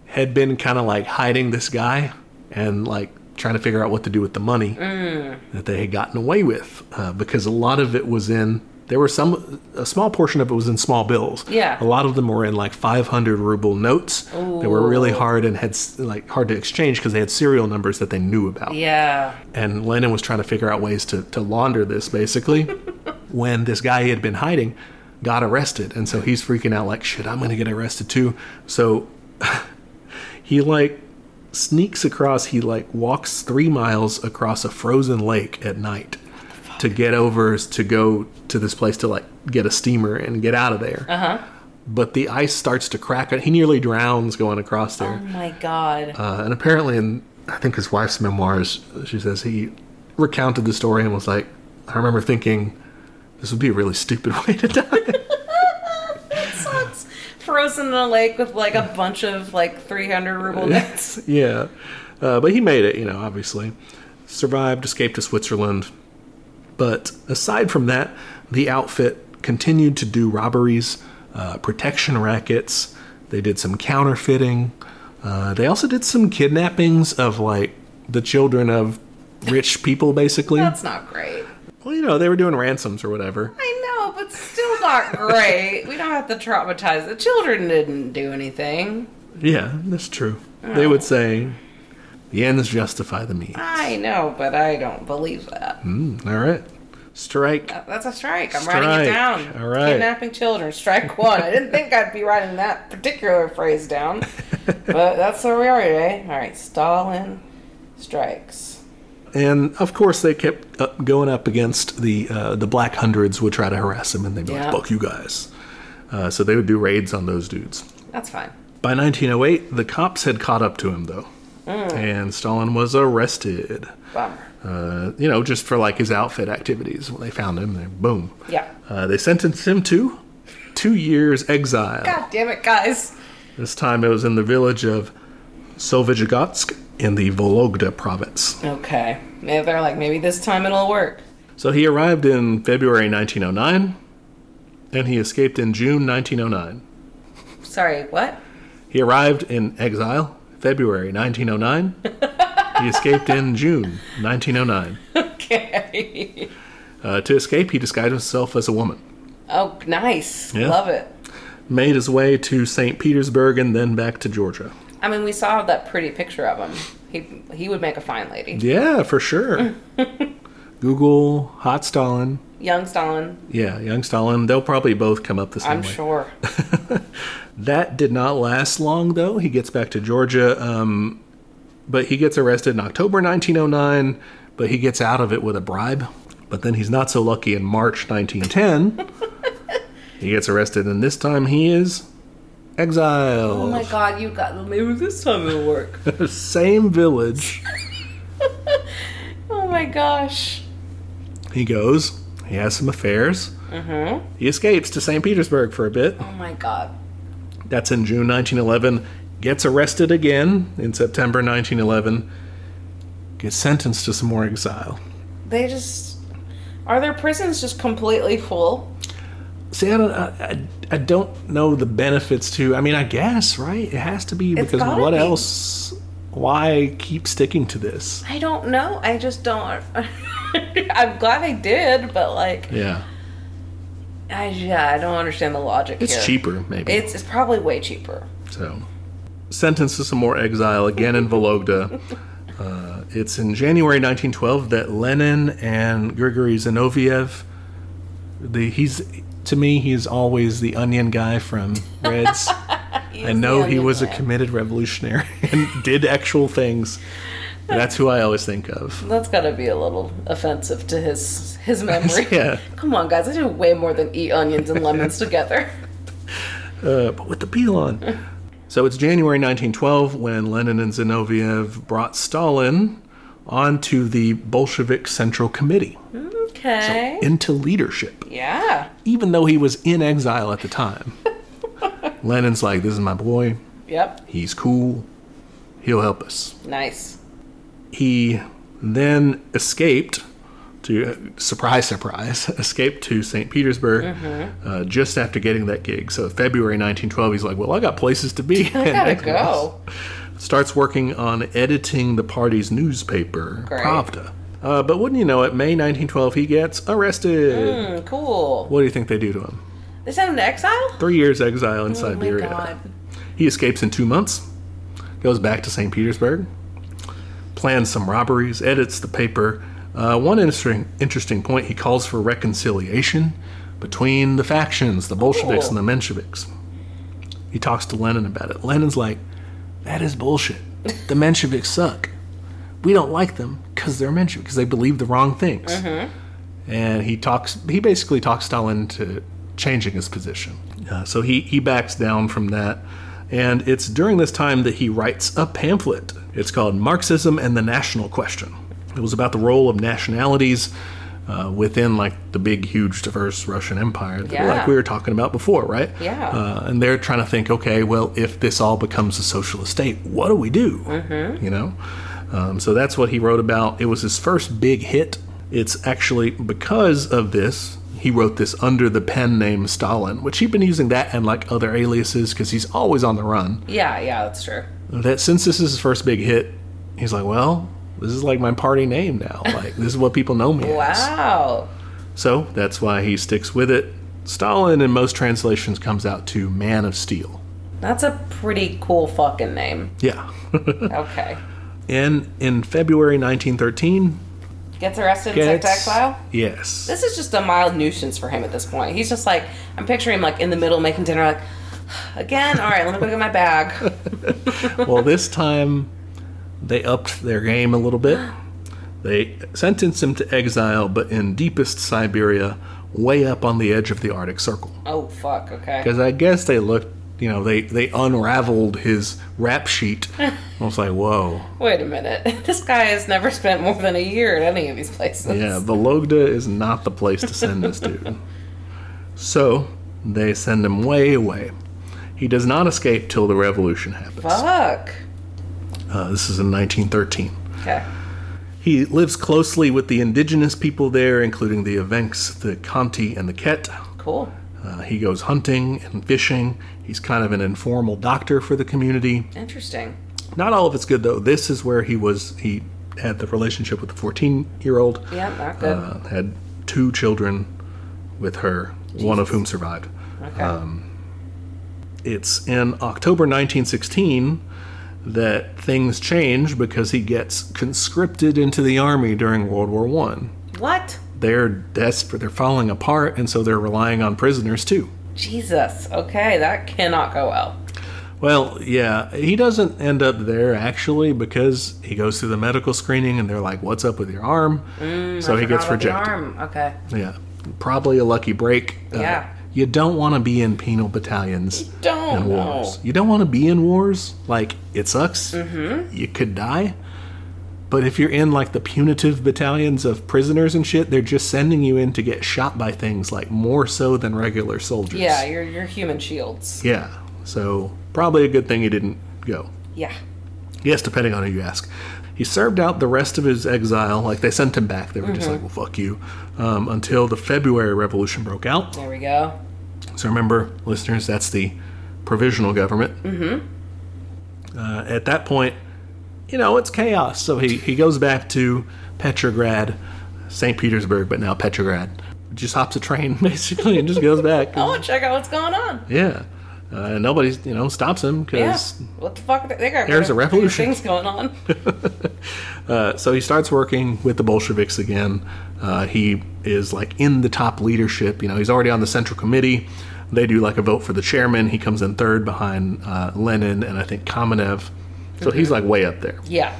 had been kind of like hiding this guy and like trying to figure out what to do with the money that they had gotten away with uh, because a lot of it was in There were some, a small portion of it was in small bills. Yeah. A lot of them were in like 500 ruble notes that were really hard and had s- like hard to exchange because they had serial numbers that they knew about. Yeah. And Lenin was trying to figure out ways to, to launder this basically when this guy he had been hiding got arrested. And so he's freaking out like, shit, I'm going to get arrested too. So he like sneaks across, he like walks three miles across a frozen lake at night to get over to go to this place to like get a steamer and get out of there. Uh huh. But the ice starts to crack. He nearly drowns going across there. Oh my god. Uh, and apparently, in I think his wife's memoirs, she says he recounted the story and was like, I remember thinking this would be a really stupid way to die. sucks. Frozen in a lake with like a bunch of like 300 ruble notes. yeah. Uh, but he made it, you know, obviously. Survived, escaped to Switzerland. But aside from that, the outfit continued to do robberies, uh, protection rackets. They did some counterfeiting. Uh, they also did some kidnappings of, like, the children of rich people, basically. That's not great. Well, you know, they were doing ransoms or whatever. I know, but still not great. we don't have to traumatize. The children didn't do anything. Yeah, that's true. They would say, the ends justify the means. I know, but I don't believe that. Mm, all right. Strike. That's a strike. I'm writing it Strike. down. All right. Kidnapping children, strike one. I didn't think I'd be writing that particular phrase down, but that's where we are today. All right, Stalin strikes. And of course, they kept up going up against the uh, the black hundreds would try to harass him, and they'd be Yeah. like, "Fuck you guys." Uh, so they would do raids on those dudes. That's fine. By 1908, the cops had caught up to him though, Mm. and Stalin was arrested. Bummer. Uh, you know, just for like his outfit activities. When they found him, they boom. Yeah. Uh, they sentenced him to two years exile. God damn it, guys. This time it was in the village of Solvijogotsk in the Vologda province. Okay. Maybe they're like, maybe this time it'll work. So he arrived in February 1909 and he escaped in June 1909. Sorry, what? He arrived in exile February 1909. he escaped in June 1909. Okay. Uh, to escape, he disguised himself as a woman. Oh, nice. Yeah. Love it. Made his way to St. Petersburg and then back to Georgia. I mean, we saw that pretty picture of him. He he would make a fine lady. Yeah, for sure. Google Hot Stalin. Young Stalin, Yeah, young Stalin. They'll probably both come up the same I'm way. sure. That did not last long, though. He gets back to Georgia, um, but he gets arrested in October 1909, but he gets out of it with a bribe. But then he's not so lucky in March 1910. he gets arrested, and this time he is Oh my exiled. god, you got maybe this time it'll work. Same village. oh my gosh. He goes, he has some affairs. Mm-hmm. He escapes to St. Petersburg for a bit. Oh my god. That's in June 1911. Gets arrested again in September 1911. Gets sentenced to some more exile. They just are their prisons just completely full? See, I don't, I, I- I don't know the benefits to. I mean, I guess right. It has to be because gotta what be. else? Why keep sticking to this? I don't know. I just don't. I'm glad I did, but like, Yeah, I yeah, I don't understand the logic. it's here. cheaper maybe. It's it's probably way cheaper. so, sentenced to some more exile again in Vologda. Uh, it's in January 1912 that Lenin and Grigory Zinoviev. The he's to me he's always the onion guy from Reds. I know he was a committed revolutionary and did actual things. That's who I always think of. That's gotta be a little offensive to his his memory. Yeah. Come on, guys! I do way more than eat onions and lemons together. Uh, but with the Pelon. so it's January 1912 when Lenin and Zinoviev brought Stalin onto the Bolshevik Central Committee Okay. into leadership, yeah. even though he was in exile at the time. Lenin's like, This is my boy. Yep. He's cool. He'll help us. Nice. he then escaped to surprise surprise escaped to st petersburg Mm-hmm. uh, just after getting that gig so february 1912 he's like well i got places to be I gotta go. starts working on editing the party's newspaper Great. pravda Uh, but wouldn't you know it, May 1912, he gets arrested. Hmm, cool. What do you think they do to him? They sent him to exile? Three years exile in Oh my Siberia. god. He escapes in two months, goes back to St. Petersburg, plans some robberies, edits the paper. Uh, one interesting, interesting point he calls for reconciliation between the factions, the Bolsheviks Oh. and the Mensheviks. He talks to Lenin about it. Lenin's like, that is bullshit. The Mensheviks suck. We don't like them because they're Menshevik, because they believe the wrong things. And he talks, he basically talks Stalin to changing his position. Uh, so he, he backs down from that. And it's during this time that he writes a pamphlet. It's called Marxism and the National Question. It was about the role of nationalities uh, within like the big, huge, diverse Russian Empire, that, Yeah. like we were talking about before, right? Yeah. Uh, and they're trying to think, okay, well, if this all becomes a socialist state, what do we do? Mm-hmm. You know? Um, so that's what he wrote about. It was his first big hit. It's actually because of this, he wrote this under the pen name Stalin, which he'd been using that and like other aliases because he's always on the run. Yeah, yeah, that's true. That since this is his first big hit, he's like, well, this is like my party name now. Like, this is what people know me as. Wow. So that's why he sticks with it. Stalin, in most translations, comes out to Man of Steel. That's a pretty cool fucking name. Yeah. Okay. and in February 1913, Gets arrested and sent gets to exile? Yes. This is just a mild nuisance for him at this point. He's just like, I'm picturing him like in the middle making dinner, like, again, all right, let me go get my bag. well, this time they upped their game a little bit. They sentenced him to exile, but in deepest Siberia, way up on the edge of the Arctic Circle. Oh, fuck, okay. Because I guess they looked, you know, they, they unraveled his rap sheet. I was like, whoa. Wait a minute. This guy has never spent more than a year at any of these places. Yeah, Vologda is not the place to send this dude. So they send him way away. He does not escape till the revolution happens. Fuck. Uh, this is in 1913. Okay. He lives closely with the indigenous people there, including the Evenks, the Conti, and the Ket. Cool. Uh, he goes hunting and fishing. He's kind of an informal doctor for the community. Interesting. Not all of it's good though. This is where he was. He had the relationship with the 14-year-old. Yeah, not good. uh, had two children with her, one of whom survived. okay. uh. It's in October 1916 that things change because he gets conscripted into the army during World War One. what? They're desperate; they're falling apart, and so they're relying on prisoners too. Jesus. Okay, that cannot go well. Well, yeah, he doesn't end up there actually because he goes through the medical screening, and they're like, "What's up with your arm?" so he gets Not with the rejected. arm. Okay. Yeah, probably a lucky break. Uh, Yeah. you don't want to be in penal battalions don't and know. wars. You don't want to be in wars. Like it sucks. Mm-hmm. You could die. But if you're in like the punitive battalions of prisoners and shit, they're just sending you in to get shot by things like more so than regular soldiers. Yeah, you're, you're human shields. Yeah. So probably a good thing he didn't go. Yeah. Yes, depending on who you ask. He served out the rest of his exile. Like they sent him back. They were Mm-hmm. just like, "Well, fuck you," um, until the February Revolution broke out. There we go. So remember, listeners, that's the provisional government. Mm-hmm. Uh, at that point, you know, it's chaos. So he, he goes back to Petrograd, St. Petersburg, but now Petrograd. Just hops a train, basically, and just goes back. I want to Oh, check out what's going on. yeah. Uh, nobody's, you know, stops him Yeah. because What the fuck? They got There's a revolution. Things going on. Uh, so he starts working with the Bolsheviks again. Uh, he is like in the top leadership. You know, he's already on the central committee. They do like a vote for the chairman. He comes in third behind uh, Lenin and I think Kamenev. So he's like way up there. Yeah.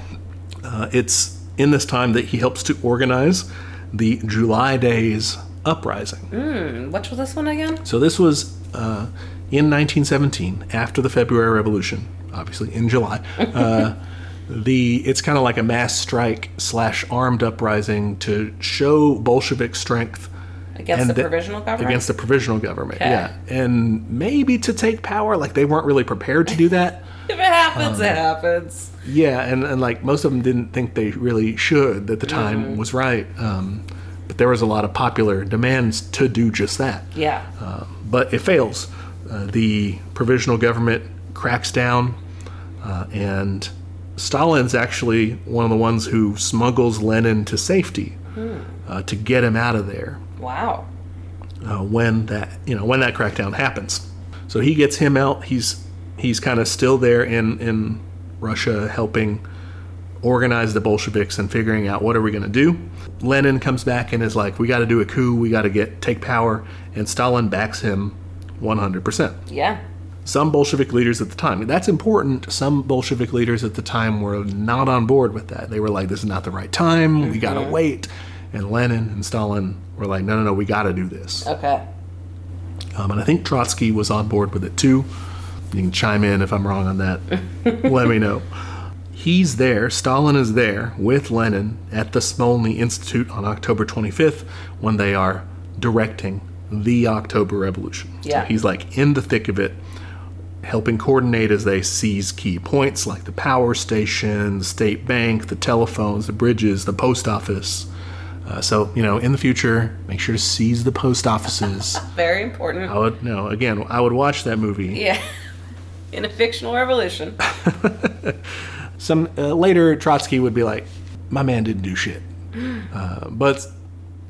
Uh, it's in this time that he helps to organize the July Days uprising. Hmm, Which was this one again? So this was uh, in 1917, after the February Revolution, obviously in July. Uh, the it's kind of like a mass strike slash armed uprising to show Bolshevik strength Against and the provisional government? Against the provisional government, Okay. yeah, and maybe to take power. Like they weren't really prepared to do that. If it happens, Um, it happens. Yeah, and, and like most of them didn't think they really should that the time Mm-hmm. was right. Um, but there was a lot of popular demands to do just that. Yeah. Uh, but it fails. Uh, the provisional government cracks down, uh, and Stalin's actually one of the ones who smuggles Lenin to safety uh, to get him out of there Wow. uh, when that you know when that crackdown happens. So he gets him out. He's he's kind of still there in in Russia helping organize the Bolsheviks and figuring out what are we going to do. Lenin comes back and is like, "We got to do a coup. We got to get take power." And Stalin backs him 100 percent Yeah. some Bolshevik leaders at the time. That's important. Some Bolshevik leaders at the time were not on board with that. They were like, this is not the right time. We got to wait. And Lenin and Stalin were like, no, no, no, we got to do this. Okay. Um, and I think Trotsky was on board with it too. You can chime in if I'm wrong on that. Let me know. He's there, Stalin is there with Lenin at the Smolny Institute on October 25th when they are directing the October Revolution. So Yeah. he's like in the thick of it, helping coordinate as they seize key points like the power station, the state bank, the telephones, the bridges, the post office. Uh, so, you know, in the future, make sure to seize the post offices. Very important. I would no. Again, I would watch that movie. Yeah. In a fictional revolution. Some uh, later, Trotsky would be like, "My man didn't do shit." Uh, but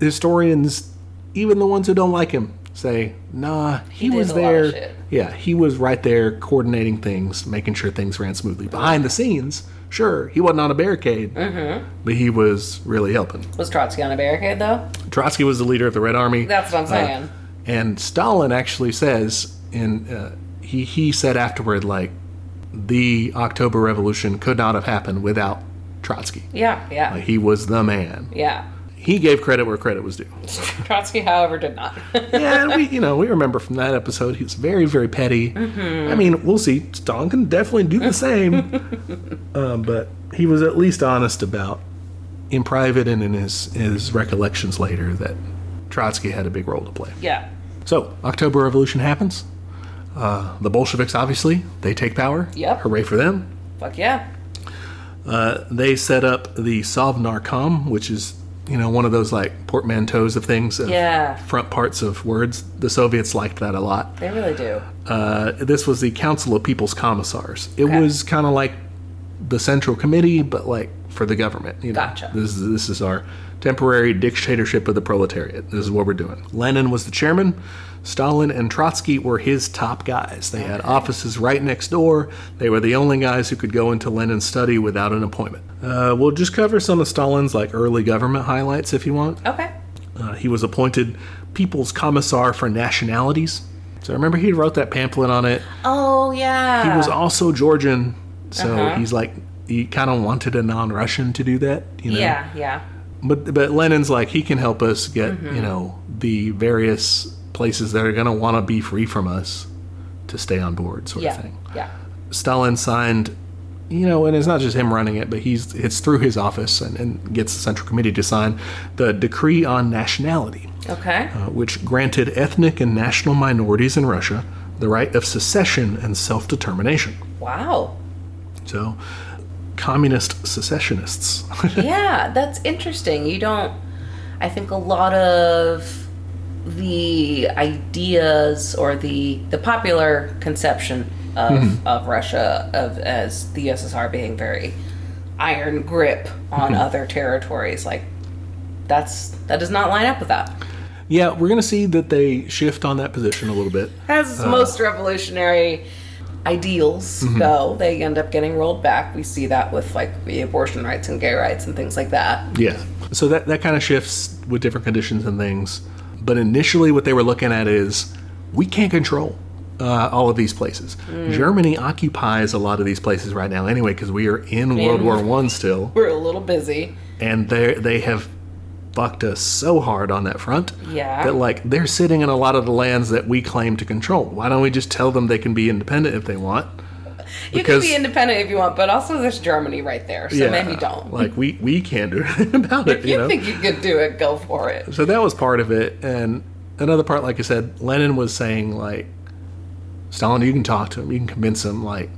historians, even the ones who don't like him, say, "Nah, he, did was a lot there. of shit." Yeah, he was right there coordinating things, making sure things ran smoothly behind the scenes. Sure, he wasn't on a barricade, Mm-hmm. but he was really helping." Was Trotsky on a barricade though? Trotsky was the leader of the Red Army. That's what I'm Uh, saying. and Stalin actually says, in uh, he he said afterward, like the October Revolution could not have happened without Trotsky. yeah. Yeah. Like, he was the man. yeah. He gave credit where credit was due. Trotsky, however, did not. yeah, and we you know we remember from that episode he was very very petty. Mm-hmm. I mean, we'll see. Stalin can definitely do the same, um, but he was at least honest about in private and in his his recollections later that Trotsky had a big role to play. yeah. So October Revolution happens. Uh, the Bolsheviks, obviously, they take power. Yep. Hooray for them! Fuck yeah. Uh, they set up the Sovnarkom, which is you know one of those like portmanteaus of things, of Yeah. front parts of words. The Soviets liked that a lot. They really do. Uh, this was the Council of People's Commissars. It Okay. was kind of like the Central Committee, but like for the government. You know, Gotcha. This is this is our temporary dictatorship of the proletariat. This is what we're doing. Lenin was the chairman. Stalin and Trotsky were his top guys. They had offices right next door. They were the only guys who could go into Lenin's study without an appointment. Uh, we'll just cover some of Stalin's like early government highlights if you want. Okay. Uh, he was appointed People's Commissar for Nationalities. So remember, he wrote that pamphlet on it. Oh yeah. He was also Georgian, so Uh-huh. he's like he kind of wanted a non-Russian to do that, you know. Yeah. Yeah. But but Lenin's like he can help us get Mm-hmm. you know the various places that are going to want to be free from us to stay on board, sort of Yeah. thing. Yeah. Stalin signed, you know, and it's not just him running it, but he's it's through his office and, and gets the Central Committee to sign the Decree on Nationality Okay. uh, which granted ethnic and national minorities in Russia the right of secession and self determination. Wow. So, communist secessionists. yeah, that's interesting. You don't. I think a lot of the ideas or the the popular conception of of Russia of as the USSR being very iron grip on other territories, like that's that does not line up with that. yeah, we're going to see that they shift on that position a little bit. As most revolutionary ideals go, they end up getting rolled back. We see that with like the abortion rights and gay rights and things like that. Yeah. So that, that kind of shifts with different conditions and things. But initially, what they were looking at is we can't control uh, all of these places. Germany occupies a lot of these places right now anyway because we are in World War One still, We're a little busy. and they they have fucked us so hard on that front. Yeah. that like they're sitting in a lot of the lands that we claim to control. Why don't we just tell them they can be independent if they want? You can be independent if you want, but also there's Germany right there, so maybe don't. Like we we can't do anything about it. if You, you know. think you could do it, go for it. so that was part of it, and another part, like I said, Lenin was saying like, Stalin, you can talk to him, you can convince him like,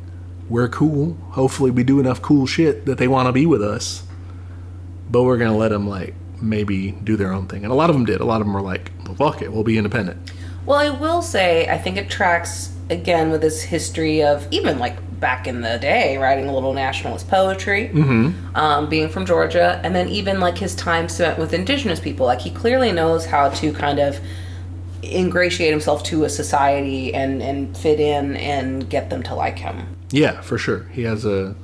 we're cool. Hopefully, we do enough cool shit that they want to be with us, but we're gonna let them like maybe do their own thing. And a lot of them did. A lot of them were like, well, fuck it, we'll be independent. Well, I will say, I think it tracks again with this history of even like back in the day writing a little nationalist poetry, mm-hmm. um, being from Georgia, and then even like his time spent with indigenous people. Like he clearly knows how to kind of ingratiate himself to a society and and fit in and get them to like him. Yeah, for sure. He has a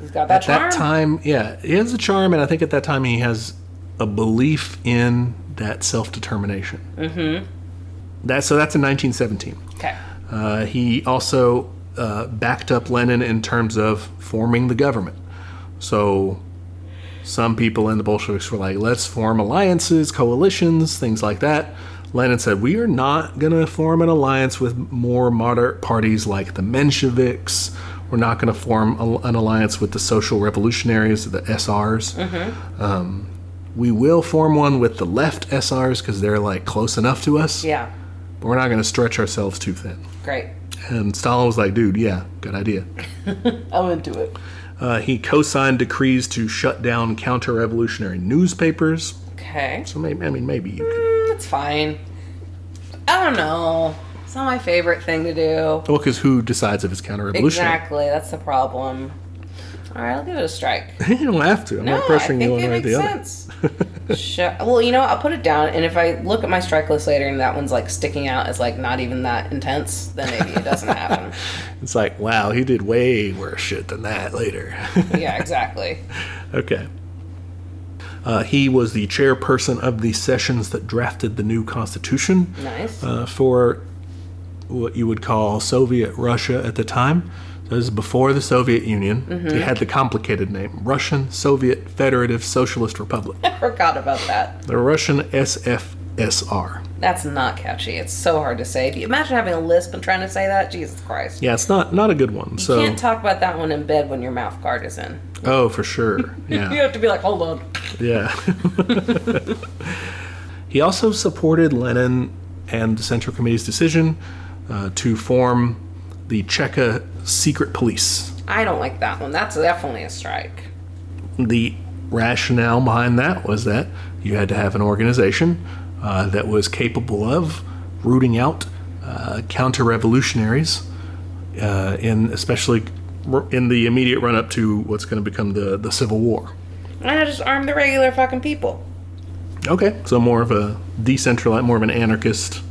He's got at that charm. that time, yeah, he has a charm, and I think at that time he has a belief in that self determination. Mm-hmm. That so that's in 1917. Okay. Uh, he also uh, backed up Lenin in terms of forming the government. So some people in the Bolsheviks were like, let's form alliances, coalitions, things like that. Lenin said, we are not going to form an alliance with more moderate parties like the Mensheviks. We're not going to form a, an alliance with the social revolutionaries, the SRs. Um, we will form one with the left SRs because they're like close enough to us. Yeah. But we're not going to stretch ourselves too thin. Great. And Stalin was like, dude, yeah, good idea. I'm into it. Uh, he co signed decrees to shut down counter revolutionary newspapers. Okay. So, maybe, I mean, maybe you could. Mm, That's fine. I don't know. It's not my favorite thing to do. Well, because who decides if it's counter revolutionary? Exactly. That's the problem. All right, I'll give it a strike. you don't have to. I'm No, not I pressuring think you one way it or makes the other. sense. Sure. Well, you know, I'll put it down, and if I look at my strike list later and that one's like sticking out as like not even that intense, then maybe it doesn't happen. It's like, wow, he did way worse shit than that later. Yeah, exactly. okay. Uh, he was the chairperson of the sessions that drafted the new constitution. Nice. uh, for what you would call Soviet Russia at the time. So this is before the Soviet Union. Mm-hmm. It had the complicated name Russian Soviet Federative Socialist Republic. I forgot about that. the Russian SFSR. That's not catchy. It's so hard to say. If you imagine having a lisp and trying to say that, Jesus Christ. Yeah, it's not not a good one. You so can't talk about that one in bed when your mouth guard is in. oh, for sure. You Yeah, have to be like, hold on. yeah. he also supported Lenin and the Central Committee's decision uh, to form the Cheka secret police. I don't like that one. That's definitely a strike. the rationale behind that was that you had to have an organization uh, that was capable of rooting out uh, counter revolutionaries, uh, in especially in the immediate run up to what's going to become the, the Civil War. Why not just arm the regular fucking people? Okay, so more of a decentralized, more of an anarchist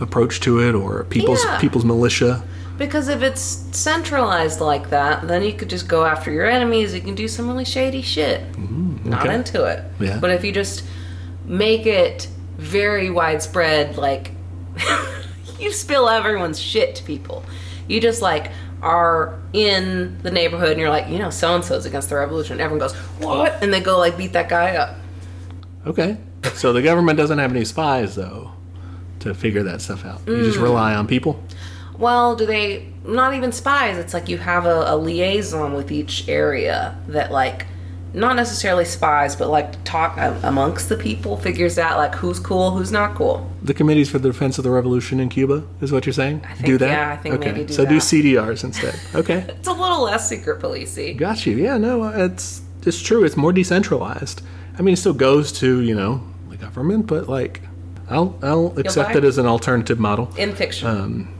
approach to it, or people's Yeah. people's militia. Because if it's centralized like that, then you could just go after your enemies. You can do some really shady shit. Not Mm-hmm. okay. into it. Yeah. But if you just make it very widespread, like you spill everyone's shit to people. You just like are in the neighborhood and you're like, you know, so and so's against the revolution. And everyone goes, what? And they go like beat that guy up. Okay, so the government doesn't have any spies though to figure that stuff out. You just rely on people. Well, do they not even spies? It's like you have a, a liaison with each area that, like, not necessarily spies, but like talk a- amongst the people, figures out like who's cool, who's not cool. the committees for the defense of the revolution in Cuba is what you're saying. think- do that. yeah, I think okay. maybe do so do that. CDRs instead. Okay, It's a little less secret policey. got you. Yeah, no, it's it's true. It's more decentralized. I mean, it still goes to you know the government, but like I'll I'll accept buy- it as an alternative model In fiction,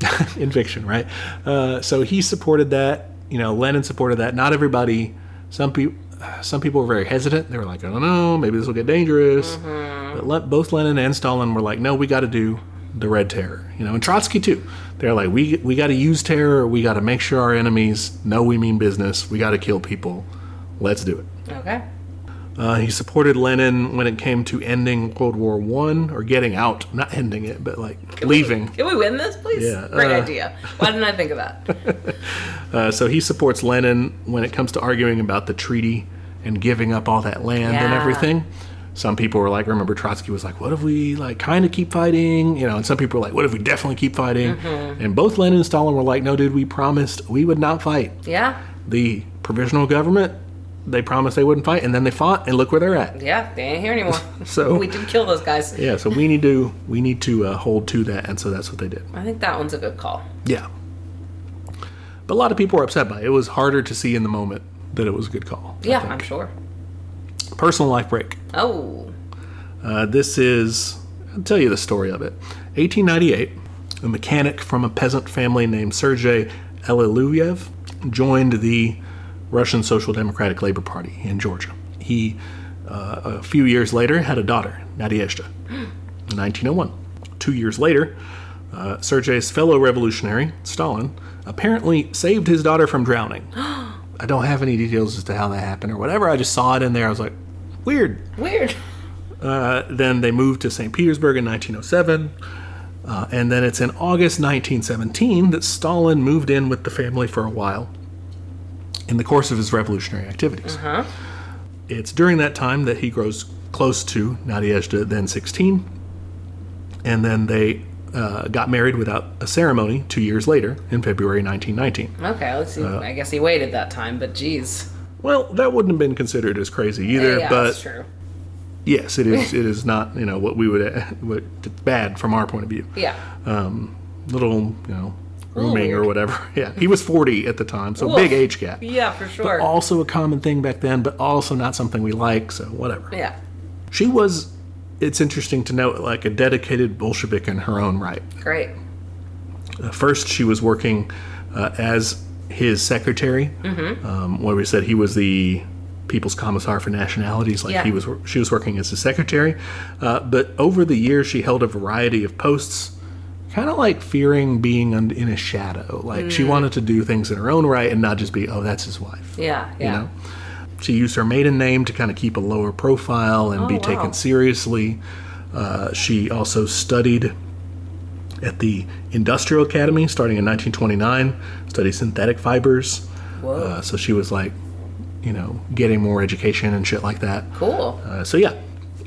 in fiction, right? Uh, so he supported that. You know, Lenin supported that. Not everybody. Some people. Some people were very hesitant. They were like, "I don't know, maybe this will get dangerous." Mm-hmm. But le- both Lenin and Stalin were like, "No, we got to do the Red Terror." You know, and Trotsky too. They're like, "We we got to use terror. We got to make sure our enemies know we mean business. We got to kill people. Let's do it." okay. Uh, he supported Lenin when it came to ending World War One or getting out, not ending it, but like leaving. Can we win this, please? Yeah, Great uh, idea. Why didn't I think of that? Uh, so he supports Lenin when it comes to arguing about the treaty and giving up all that land and Yeah. everything. Some people were like, remember Trotsky was like, "What if we like kind of keep fighting?" You know, and some people were like, "What if we definitely keep fighting?" Mm-hmm. And both Lenin and Stalin were like, "No, dude, we promised we would not fight." Yeah, The provisional government, they promised they wouldn't fight, and then they fought, and look where they're at. yeah. They ain't here anymore. So- we did kill those guys. Yeah, so we need to we need to uh, hold to that, and so that's what they did. I think that one's a good call. Yeah. But a lot of people were upset by it. It was harder to see in the moment that it was a good call. I Yeah, think. I'm sure. Personal life break. Oh, Uh, this is, I'll tell you the story of it. 1898, a mechanic from a peasant family named Sergei Eliluyev joined the Russian Social Democratic Labor Party in Georgia. He, uh, a few years later, had a daughter, Nadezhda, in 1901. Two years later, uh, Sergei's fellow revolutionary, Stalin, apparently saved his daughter from drowning. I don't have any details as to how that happened or whatever. I just saw it in there. I was like, weird. Weird. Uh, then they moved to St. Petersburg in 1907. Uh, and then it's in August 1917 that Stalin moved in with the family for a while in the course of his revolutionary activities. It's during that time that he grows close to Nadezhda, then 16. And then they uh, got married without a ceremony two years later in February 1919. Okay, let's see. Uh, I guess he waited that time, but geez. Well, that wouldn't have been considered as crazy either, yeah, but that's true. yes, it is. It is not you know what we would what bad from our point of view. Yeah. um, Little you know grooming or weird. whatever. Yeah, he was forty at the time, so Woof. big age gap. Yeah, for sure. Also a common thing back then, but also not something we like. So whatever. yeah. She was. It's interesting to note, like a dedicated Bolshevik in her own right. Great. Uh, First, she was working uh, as his secretary, um, where we said he was the people's commissar for nationalities. Like Yeah. he was, she was working as his secretary. Uh, but over the years, she held a variety of posts, kind of like fearing being un- in a shadow. Like she wanted to do things in her own right and not just be, oh, that's his wife. Yeah. Yeah. You know, she used her maiden name to kind of keep a lower profile and be Oh, wow. taken seriously. Uh, she also studied at the Industrial Academy starting in 1929, studied synthetic fibers. Whoa. Uh, so she was like, you know, getting more education and shit like that. Cool. Uh, so yeah,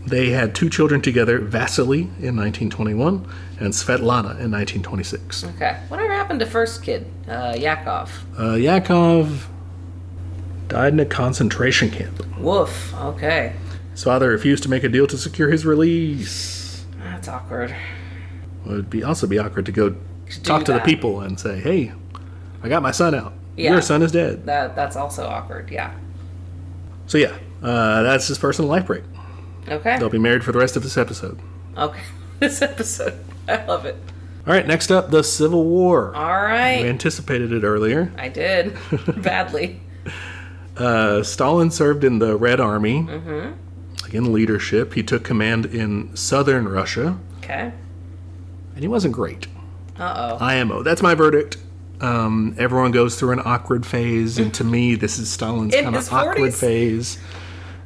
they had two children together, Vasily in 1921 and Svetlana in 1926. Okay. Whatever happened to first kid, uh, Yakov? Uh, Yakov died in a concentration camp. Woof. Okay. His father refused to make a deal to secure his release. That's awkward. It would be also be awkward to go talk to the that. people and say, "Hey, I got my son out. Yeah. Your son is dead." That that's also awkward. Yeah. So yeah, uh, that's his personal life break. Okay. They'll be married for the rest of this episode. Okay. this episode, I love it. All right, next up, the Civil War. All right. We anticipated it earlier. I did badly. Uh, Stalin served in the Red Army, Mm-hmm. like in leadership. He took command in southern Russia, Okay. and he wasn't great. Uh oh. IMO. That's my verdict. Um, everyone goes through an awkward phase, and to me, this is Stalin's In kind his of 40s? awkward phase.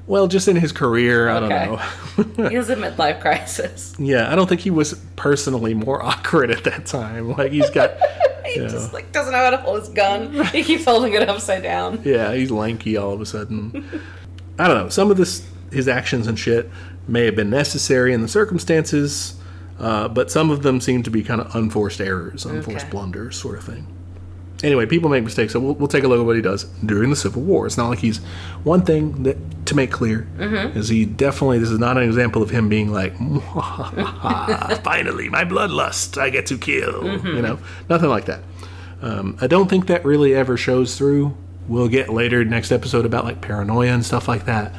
Well, just in his career, I Okay. don't know. He has a midlife crisis. yeah, I don't think he was personally more awkward at that time. Like he's got, He Yeah. just like doesn't know how to hold his gun. He keeps holding it upside down. yeah, he's lanky all of a sudden. I don't know. Some of this, his actions and shit, may have been necessary in the circumstances, uh, but some of them seem to be kind of unforced errors, unforced Okay. blunders, sort of thing. anyway, people make mistakes, so we'll, we'll take a look at what he does during the Civil War. It's not like he's one thing that to make clear Mm-hmm. is he definitely this is not an example of him being like "Mwahaha, finally my bloodlust I get to kill Mm-hmm. you know nothing like that. Um, I don't think that really ever shows through. We'll get later next episode about like paranoia and stuff like that.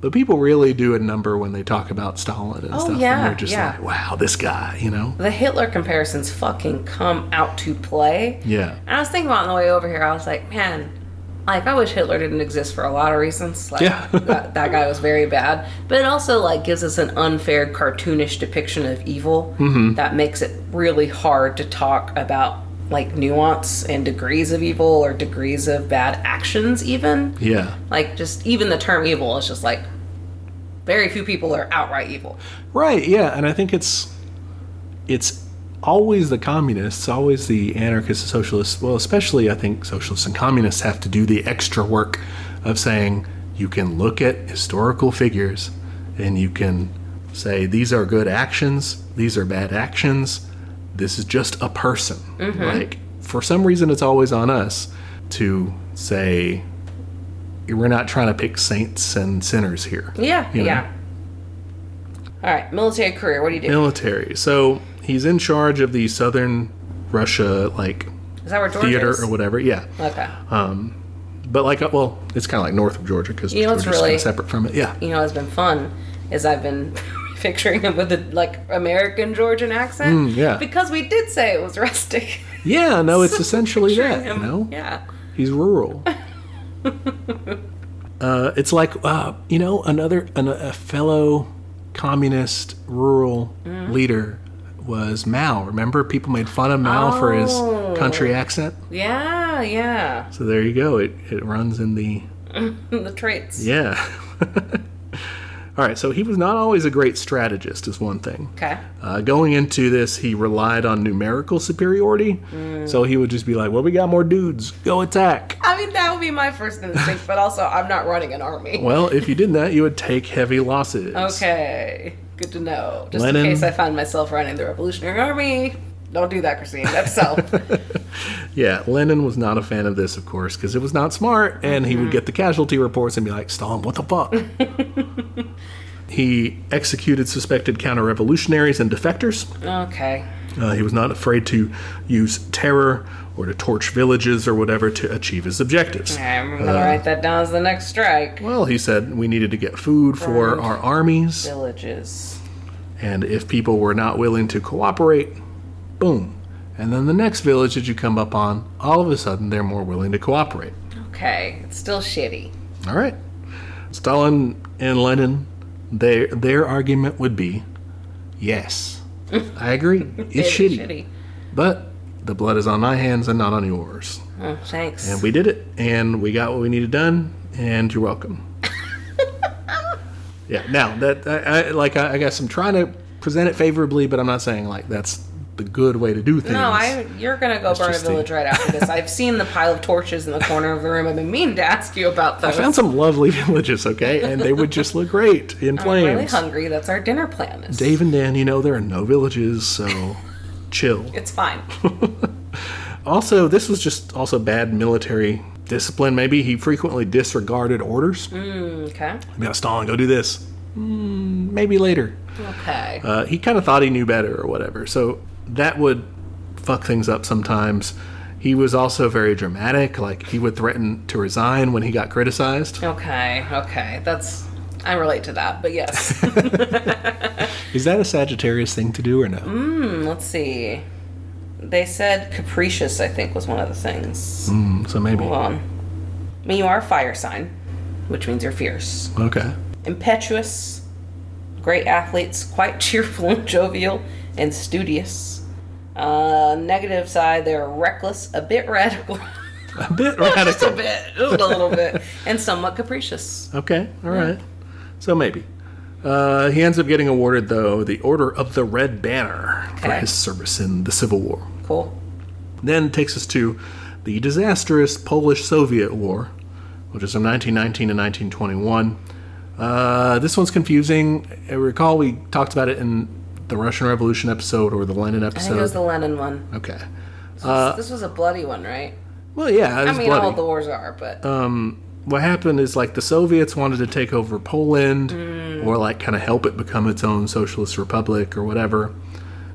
But people really do a number when they talk about Stalin and stuff. Oh, yeah, and they're just yeah. like, wow, this guy, you know? The Hitler comparisons fucking come out to play. Yeah. And I was thinking about it on the way over here. I was like, man, like I wish Hitler didn't exist for a lot of reasons. Like, Yeah. that, that guy was very bad, but it also like gives us an unfair, cartoonish depiction of evil Mm-hmm. that makes it really hard to talk about like nuance and degrees of evil or degrees of bad actions, even Yeah. like just even the term evil is just like very few people are outright evil. Right, yeah, and I think it's it's always the communists, always the anarchists, socialists, well, especially I think socialists and communists have to do the extra work of saying you can look at historical figures and you can say these are good actions, these are bad actions. This is just a person. Like for some reason it's always on us to say we're not trying to pick saints and sinners here. Yeah, You know? yeah. All right, military career. What do you do? military. So he's in charge of the southern Russia like is that where Georgia theater is? or whatever. Yeah, Okay. but like uh, well, it's kind of like north of Georgia because You know what's Georgia's kind really- of separate from it. Yeah, you know, has been fun is I've been picturing him with a like American Georgian accent. Mm, yeah. Because we did say it was rustic. Yeah, no, it's essentially that. Him. You know, Yeah. he's rural. uh, it's like uh, you know another an, a fellow communist rural Mm. leader was Mao. Remember, people made fun of Mao for his Oh. country accent. Yeah, yeah. So there you go. It it runs in the the traits. yeah. All right, so he was not always a great strategist, is one thing. Okay. Uh, going into this, he relied on numerical superiority, so he would just be like, "Well, we got more dudes, go attack." I mean, that would be my first instinct, but also I'm not running an army. Well, if you did that, you would take heavy losses. Okay. Good to know. Just Lenin- in case I find myself running the Revolutionary Army. Don't do that, Christine. That's self. Yeah, Lenin was not a fan of this, of course, because it was not smart, and he would get the casualty reports and be like, Stalin, what the fuck? he executed suspected counter revolutionaries and defectors. okay. Uh, he was not afraid to use terror or to torch villages or whatever to achieve his objectives. Okay, I'm Uh. going to write that down as the next strike. Well, he said we needed to get food for Right. our armies, Villages. and if people were not willing to cooperate, boom. And then the next village that you come up on, all of a sudden they're more willing to cooperate. Okay. It's still shitty. All right. Stalin and Lenin, their their argument would be, yes, I agree. It's It shitty, is shitty. but the blood is on my hands and not on yours. Oh, thanks. And we did it, and we got what we needed done, and you're welcome. yeah. Now that I, I like, I, I guess I'm trying to present it favorably, but I'm not saying like that's the good way to do things. No, I you're gonna go burn a just a- village right after this. I've seen the pile of torches in the corner of the room. I've been meaning to ask you about I those. found some lovely villages, okay, and they would just look great in I'm flames. really hungry. That's our dinner plan. Is. Dave and Dan, you know there are no villages, so chill. It's fine. Also, this was just also bad military discipline. Maybe he frequently disregarded orders. Mm. Okay. Yeah, Stalin, go do this. Mm, maybe later. Okay. Uh, he kind of thought he knew better or whatever. So that would fuck things up sometimes. He was also very dramatic. Like he would threaten to resign when he got criticized. okay. Okay. That's I relate to that, but yes. Is that a Sagittarius thing to do or no? Hmm, Let's see. They said capricious. I think was one of the things. Mm, so maybe. Hold on. I mean, you are a fire sign, which means you're fierce. Okay. impetuous, great athletes, quite cheerful and jovial, and studious. Uh, negative side, they're reckless, a bit radical, A bit just a radical. bit, just a little bit, and somewhat capricious. Okay, all right. So maybe. Uh, he ends up getting awarded, though, the Order of the Red Banner for Okay. his service in the Civil War. Cool. Then takes us to the disastrous Polish Soviet War, which is from 1919 to 1921. Uh, this one's confusing. I recall we talked about it in the Russian Revolution episode or the Lenin I episode. think it was the Lenin one. okay. this was a bloody one, right? Well, yeah, uh, it I was mean, bloody. Uh, all the wars are, but what happened is like the Soviets wanted to take over Poland or like kind of help it become its own socialist republic or whatever.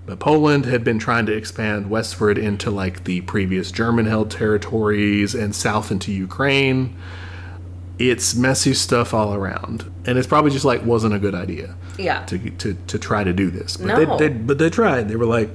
But Poland had been trying to expand westward into like the previous German held territories and south into Ukraine. It's messy stuff all around. And it's probably just like wasn't a good idea yeah. to to, to try to do this. But No. they, they but they tried. They were like,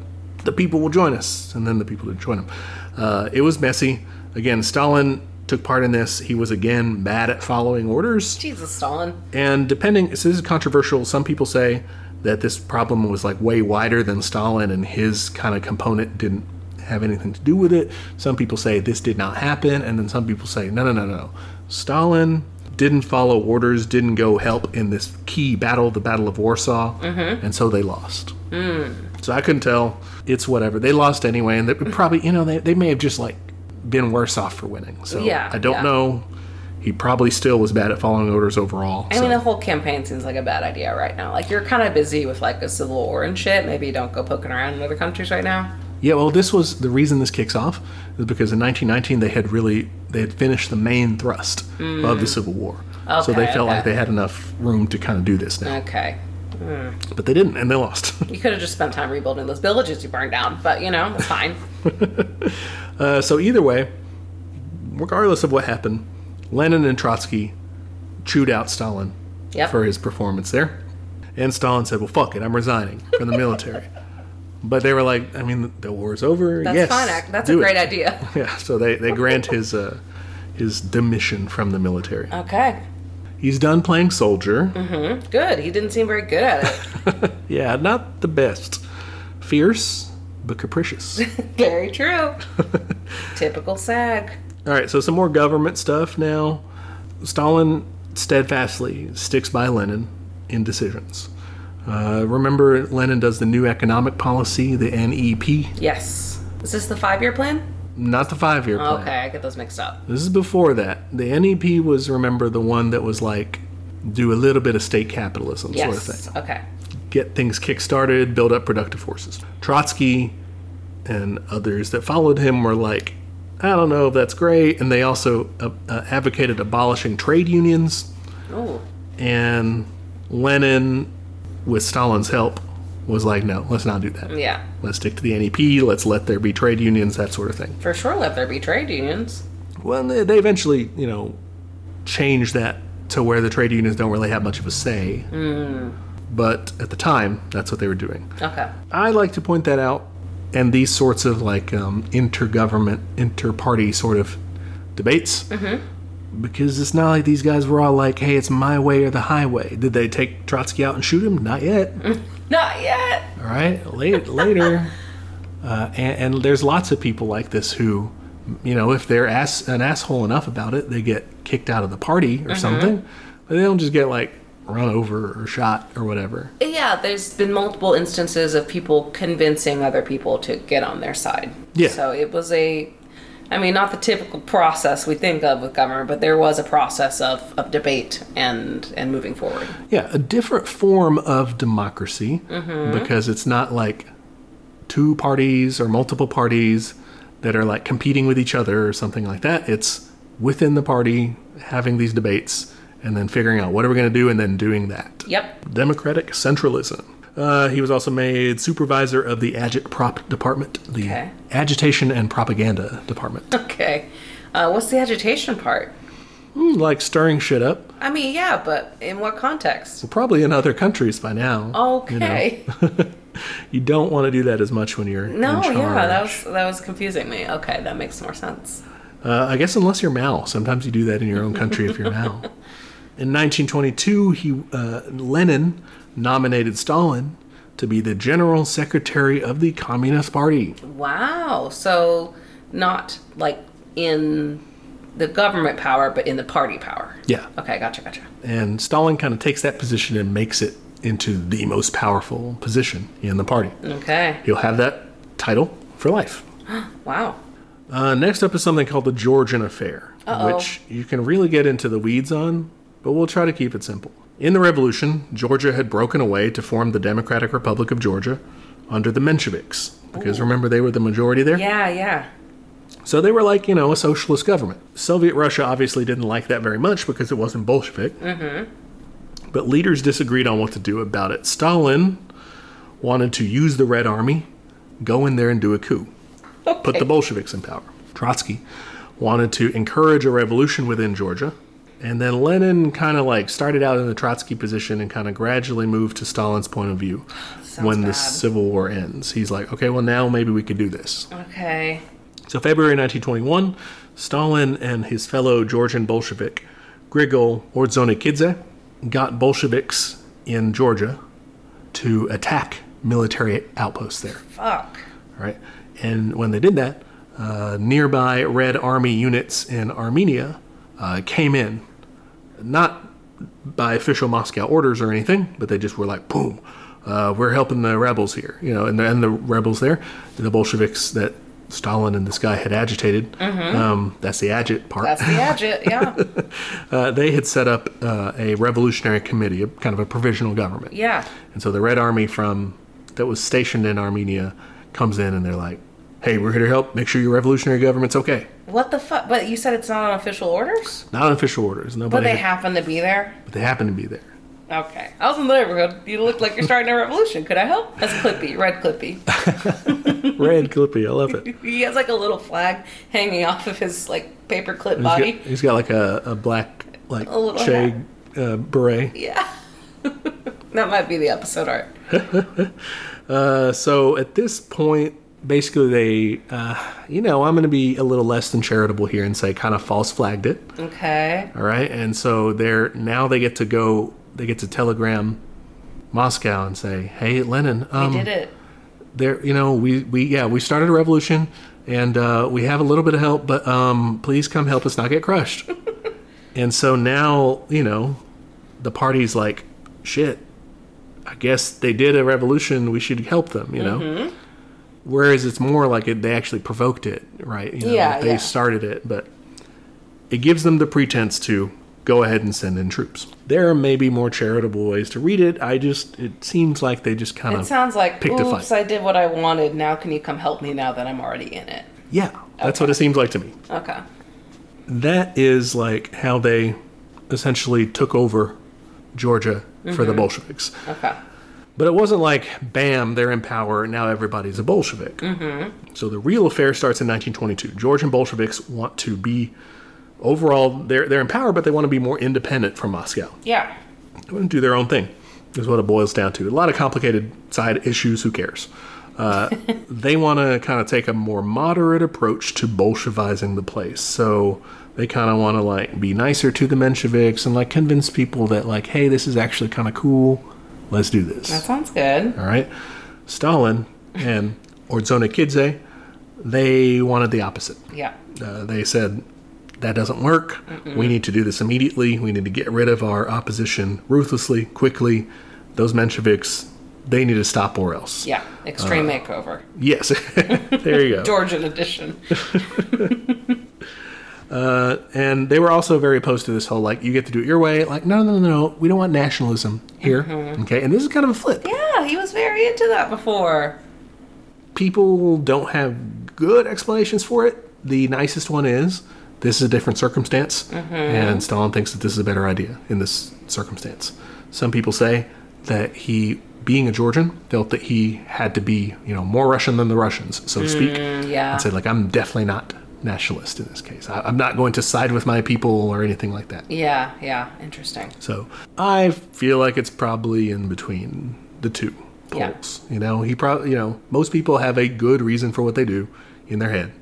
the people will join us, and then the people didn't join them. Uh, it was messy. Again, Stalin took part in this. He was again bad at following orders, Jesus, Stalin. and depending, so this is controversial. Some people say that this problem was like way wider than Stalin, and his kind of component didn't have anything to do with it. Some people say this did not happen, and then some people say no, no, no, no. Stalin didn't follow orders, didn't go help in this key battle, the Battle of Warsaw, Mm-hmm. and so they lost. Mm. So I couldn't tell. It's whatever. They lost anyway, and they probably, you know, they, they may have just like been worse off for winning. So Yeah, I don't yeah. know. He probably still was bad at following orders overall. I so. mean, the whole campaign seems like a bad idea right now. Like, you're kind of busy with, like, a civil war and shit. Maybe you don't go poking around in other countries right now. Yeah, well, this was the reason this kicks off is because in 1919 they had really they had finished the main thrust of the Civil War, so they Mm. Okay, felt okay. like they had enough room to kind of do this now, Okay. but they didn't, and they lost. You could have just spent time rebuilding those villages you burned down, but you know, that's fine. Uh, so either way, regardless of what happened, Lenin and Trotsky chewed out Stalin Yep. for his performance there, and Stalin said, "Well, fuck it, I'm resigning from the military." But they were like, I mean, the war's over. That's yes, fine. Act. That's a do it. great idea. Yeah, so they, they grant his uh, his demission from the military. Okay. He's done playing soldier. Mm-hmm. Good. He didn't seem very good at it. Yeah, not the best. Fierce, but capricious. very true. Typical SAG. All right, so some more government stuff now. Stalin steadfastly sticks by Lenin in decisions. Uh, remember, Lenin does the new economic policy, the NEP, Yes. Is this the five-year plan? not the five year plan. Okay, I get those mixed up. This is before that. The NEP was, remember, the one that was like do a little bit of state capitalism sort of thing. Yes. Okay. get things kick-started, build up productive forces. Trotsky and others that followed him were like, I don't know if that's great, and they also uh, uh, advocated abolishing trade unions. Oh. And Lenin, with Stalin's help, was like, no, let's not do that. Yeah. Let's stick to the NEP. Let's let there be trade unions, that sort of thing. For sure, let there be trade unions. Well, and they, they eventually, you know, changed that to where the trade unions don't really have much of a say. But at the time, that's what they were doing. Okay. I like to point that out, and these sorts of like um, intergovernment, inter-party sort of debates, because it's not like these guys were all like, "Hey, it's my way or the highway." Did they take Trotsky out and shoot him? Not yet. Not yet. all right, later. later. Uh, and, and there's lots of people like this who, you know, if they're ass, an asshole enough about it, they get kicked out of the party or something. But they don't just get like run over or shot or whatever. Yeah, there's been multiple instances of people convincing other people to get on their side. Yeah. So it was a, I mean, not the typical process we think of with government, but there was a process of, of debate and and moving forward. Yeah, a different form of democracy Mm-hmm. because it's not like two parties or multiple parties that are like competing with each other or something like that. It's within the party having these debates and then figuring out what are we going to do and then doing that. Yep. Democratic centralism. Uh, he was also made supervisor of the agitprop department, the Okay. agitation and propaganda department, Okay. Uh, what's the agitation part? Hmm, like stirring shit up. I mean, yeah, but in what context? Probably in other countries by now. you know. Okay. You don't want to do that as much when you're in No, charge. yeah, that was that was confusing me. Okay, that makes more sense. Uh, I guess unless you're Mao, sometimes you do that in your own country if you're Mao. In 1922, he uh, Lenin nominated Stalin to be the general secretary of the Communist Party. Wow. So not like in the government power, but in the party power. Yeah, Okay, gotcha, gotcha. and Stalin kind of takes that position and makes it into the most powerful position in the party. Okay. He'll have that title for life. Wow. Uh, next up is something called the Georgian Affair, Uh-oh. which you can really get into the weeds on, but we'll try to keep it simple. In the revolution, Georgia had broken away to form the Democratic Republic of Georgia under the Mensheviks, because remember they were the majority there? Yeah, yeah. So they were like, you know, a socialist government. Soviet Russia obviously didn't like that very much because it wasn't Bolshevik. Mm-hmm. But leaders disagreed on what to do about it. Stalin wanted to use the Red Army, go in there and do a coup, put the Bolsheviks in power. Trotsky wanted to encourage a revolution within Georgia. And then Lenin kind of like started out in the Trotsky position and kind of gradually moved to Stalin's point of view when the bad. Civil War ends. He's like, okay, well, now maybe we could do this. Okay. So, February 1921, Stalin and his fellow Georgian Bolshevik, Grigol Orzonikidze, got Bolsheviks in Georgia to attack military outposts there. Fuck. all Right? And when they did that, uh, nearby Red Army units in Armenia uh, came in. Not by official Moscow orders or anything, but they just were like, boom, uh, we're helping the rebels here, you know, and the, and the rebels there, the Bolsheviks that Stalin and this guy had agitated. Um, that's the agit part. That's the agit, yeah. uh, they had set up uh, a revolutionary committee, a, kind of a provisional government. Yeah. And so the Red Army from that was stationed in Armenia comes in and they're like, hey, we're here to help. Make sure your revolutionary government's okay. What the fuck? But you said it's not on official orders? Not on official orders. But Nobody. they happen to be there? but they happen to be there. Okay. I was in the neighborhood. You look like you're starting a revolution. Could I help? That's Clippy, Red Clippy. Red Clippy, I love it. He has like a little flag hanging off of his like paper clip He's got- body. he's got like a, a black like A little shag uh, beret. Yeah. that might be the episode art. Uh, so at this point, basically, they, uh, you know, I'm going to be a little less than charitable here and say kind of false flagged it. Okay. All right. And so they're now they get to go, they get to telegram Moscow and say, hey, Lenin, um, we did it. there you know we we yeah we started a revolution and uh, we have a little bit of help but um please come help us not get crushed and so now you know the party's like shit i guess they did a revolution we should help them you know Mm-hmm. whereas it's more like it, they actually provoked it right you know Yeah, they yeah. started it but it gives them the pretense to go ahead and send in troops there may be more charitable ways to read it i just it seems like they just kind It of sounds like, picked a fight. oops, I did what I wanted. Now can you come help me now that I'm already in it? Yeah, that's what it seems like to me. Okay. That is like how they essentially took over Georgia for the Bolsheviks. Okay. But it wasn't like, bam, they're in power, now everybody's a Bolshevik. So the real affair starts in 1922. Georgian Bolsheviks want to be, overall, they're, they're in power, but they want to be more independent from Moscow. Yeah. They want to do their own thing, is what it boils down to. A lot of complicated side issues, who cares? Uh, they want to kind of take a more moderate approach to Bolshevizing the place. So they kind of want to like be nicer to the Mensheviks and like convince people that like, hey, this is actually kind of cool. Let's do this. That sounds good. All right. Stalin and Ordzhonikidze, they wanted the opposite. Yeah. Uh, they said that doesn't work. We need to do this immediately. We need to get rid of our opposition ruthlessly, quickly. Those Mensheviks, they need to stop or else. Yeah. Extreme uh, makeover. Yes. there you go. Georgian edition. And they were also very opposed to this whole like you get to do it your way. Like no, no, no, no. We don't want nationalism here. Okay. And this is kind of a flip. Yeah, he was very into that before. people don't have good explanations for it. The nicest one is this is a different circumstance, and Stalin thinks that this is a better idea in this circumstance. Some people say that he, being a Georgian, felt that he had to be, you know, more Russian than the Russians, so to speak, Mm. Yeah. and said like, I'm definitely not nationalist in this case. I, I'm not going to side with my people or anything like that. Yeah, yeah. Interesting. So I feel like it's probably in between the two Yeah. poles. You know, he probably, you know, most people have a good reason for what they do in their head.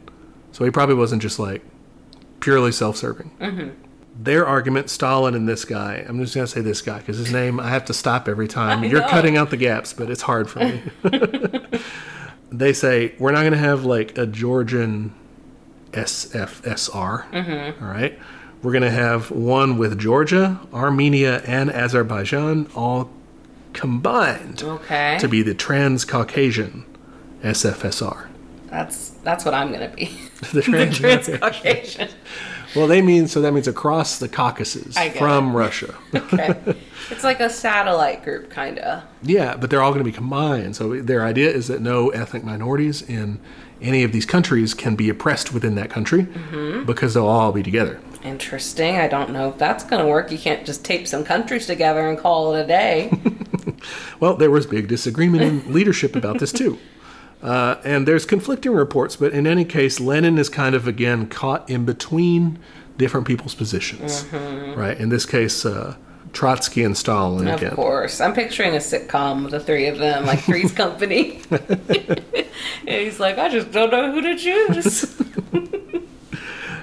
So he probably wasn't just like purely self serving. Mm-hmm. Their argument, Stalin and this guy, I'm just going to say this guy because his name, I have to stop every time. I You're know. cutting out the gaps, but it's hard for me. they say, we're not going to have like a Georgian SFSR. All right. We're going to have one with Georgia, Armenia, and Azerbaijan all combined Okay. to be the Trans Caucasian SFSR. That's that's what I'm gonna be. The Trans- Transcaucasian. well, they mean so that means across the Caucasus I get from Russia. Okay. It's like a satellite group kinda. yeah, but they're all going to be combined. So their idea is that no ethnic minorities in any of these countries can be oppressed within that country Mm-hmm. because they'll all be together. Interesting. I don't know if that's gonna work. You can't just tape some countries together and call it a day. Well, there was big disagreement in leadership about this too. Uh, and there's conflicting reports, but in any case, Lenin is kind of again caught in between different people's positions, right? In this case, uh, Trotsky and Stalin Of again. course. I'm picturing a sitcom with the three of them, like Three's Company. and he's like, I just don't know who to choose.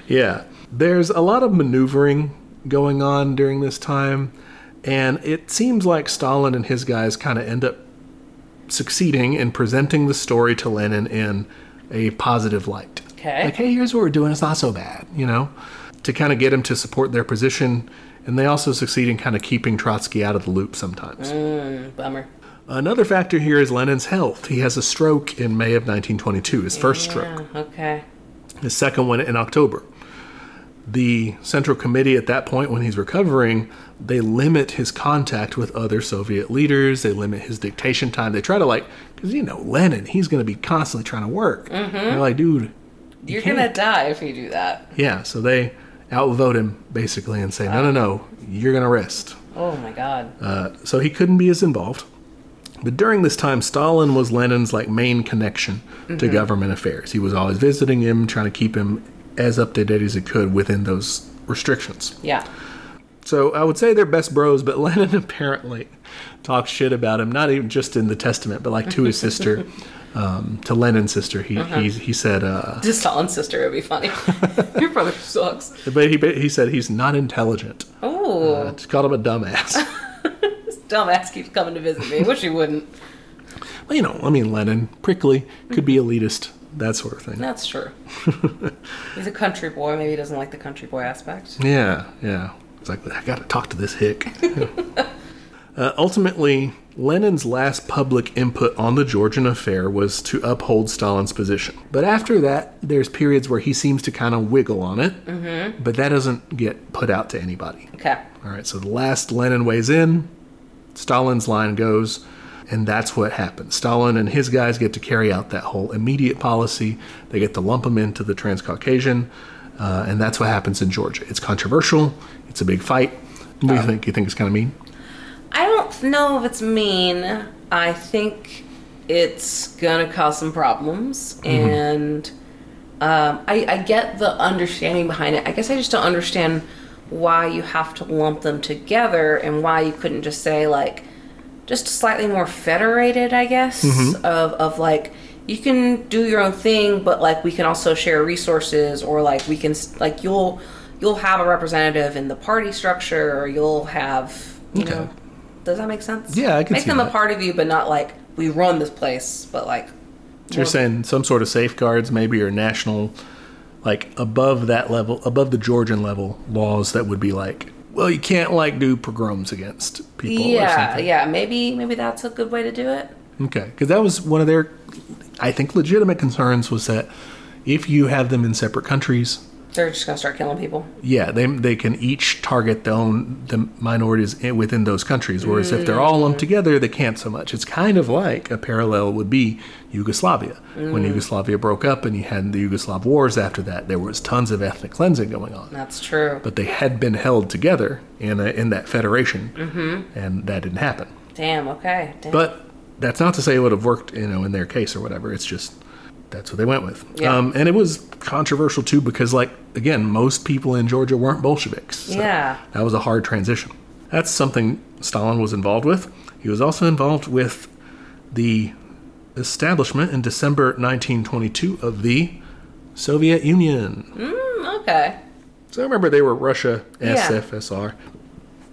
Yeah, there's a lot of maneuvering going on during this time, and it seems like Stalin and his guys kind of end up succeeding in presenting the story to Lenin in a positive light. Okay. Like, hey, here's what we're doing. It's not so bad, you know, to kind of get him to support their position. And they also succeed in kind of keeping Trotsky out of the loop sometimes. Mm. Bummer. Another factor here is Lenin's health. He has a stroke in May of 1922, his first stroke, Yeah, okay. his second one in October. The Central Committee, at that point, when he's recovering, they limit his contact with other Soviet leaders. They limit his dictation time. They try to, like, because, you know, Lenin, he's going to be constantly trying to work. And They're like, dude, You're can't. gonna die if you do that. Yeah, so they outvote him basically and say, no, no, no, you're going to rest. Oh my god. Uh, so he couldn't be as involved. But during this time, Stalin was Lenin's like main connection to government affairs. He was always visiting him, trying to keep him as up to date as he could within those restrictions. Yeah. So I would say they're best bros, but Lennon apparently talks shit about him, not even just in the Testament, but like to his sister, um, to Lennon's sister. He he, he said, uh, To Stalin's sister would be funny. Your brother sucks. but he he said he's not intelligent. Oh, Uh, just called him a dumbass. this dumbass keeps coming to visit me. Wish he wouldn't. Well, you know, I mean, Lennon, prickly, could be elitist, that sort of thing. That's true. He's a country boy. Maybe he doesn't like the country boy aspect. Yeah, yeah. It's like, I gotta talk to this hick. uh, ultimately, Lenin's last public input on the Georgian affair was to uphold Stalin's position. But after that, there's periods where he seems to kind of wiggle on it, mm-hmm. but that doesn't get put out to anybody. Okay. All right, so the last Lenin weighs in, Stalin's line goes, and that's what happens. Stalin and his guys get to carry out that whole immediate policy. They get to lump them into the Transcaucasian, uh, and that's what happens in Georgia. It's controversial. It's a big fight. What do Um, you think? You think it's kind of mean? I don't know if it's mean. I think it's gonna cause some problems, and um, I, I get the understanding behind it. I guess I just don't understand why you have to lump them together and why you couldn't just say like just slightly more federated. I guess of of like you can do your own thing, but like we can also share resources, or like we can s- like you'll you'll have a representative in the party structure, or you'll have you Okay. know does that make sense? Yeah, I can Make see them a that. part of you, but not like we run this place, but like So you're saying some sort of safeguards, maybe, or national, like above that level, above the Georgian level, laws that would be like, well, you can't like do pogroms against people. or yeah, something. yeah. Maybe maybe that's a good way to do it. Okay, because that was one of their, I think, legitimate concerns was that if you have them in separate countries, They're just gonna start killing people. yeah, they they can each target their own the minorities i- within those countries. Whereas if they're all lumped together, they can't so much. It's kind of like a parallel would be Yugoslavia when Yugoslavia broke up and you had the Yugoslav wars after that. There was tons of ethnic cleansing going on That's true. but they had been held together in a, in that federation, and that didn't happen. Damn. Okay. Damn. But that's not to say it would have worked, you know, in their case or whatever. It's just that's what they went with. Yeah. Um, and it was controversial too because, like, again, most people in Georgia weren't Bolsheviks. So Yeah. That was a hard transition. That's something Stalin was involved with. He was also involved with the establishment in December 1922 of the Soviet Union. Mm, okay. So I remember they were Russia Yeah. SFSR.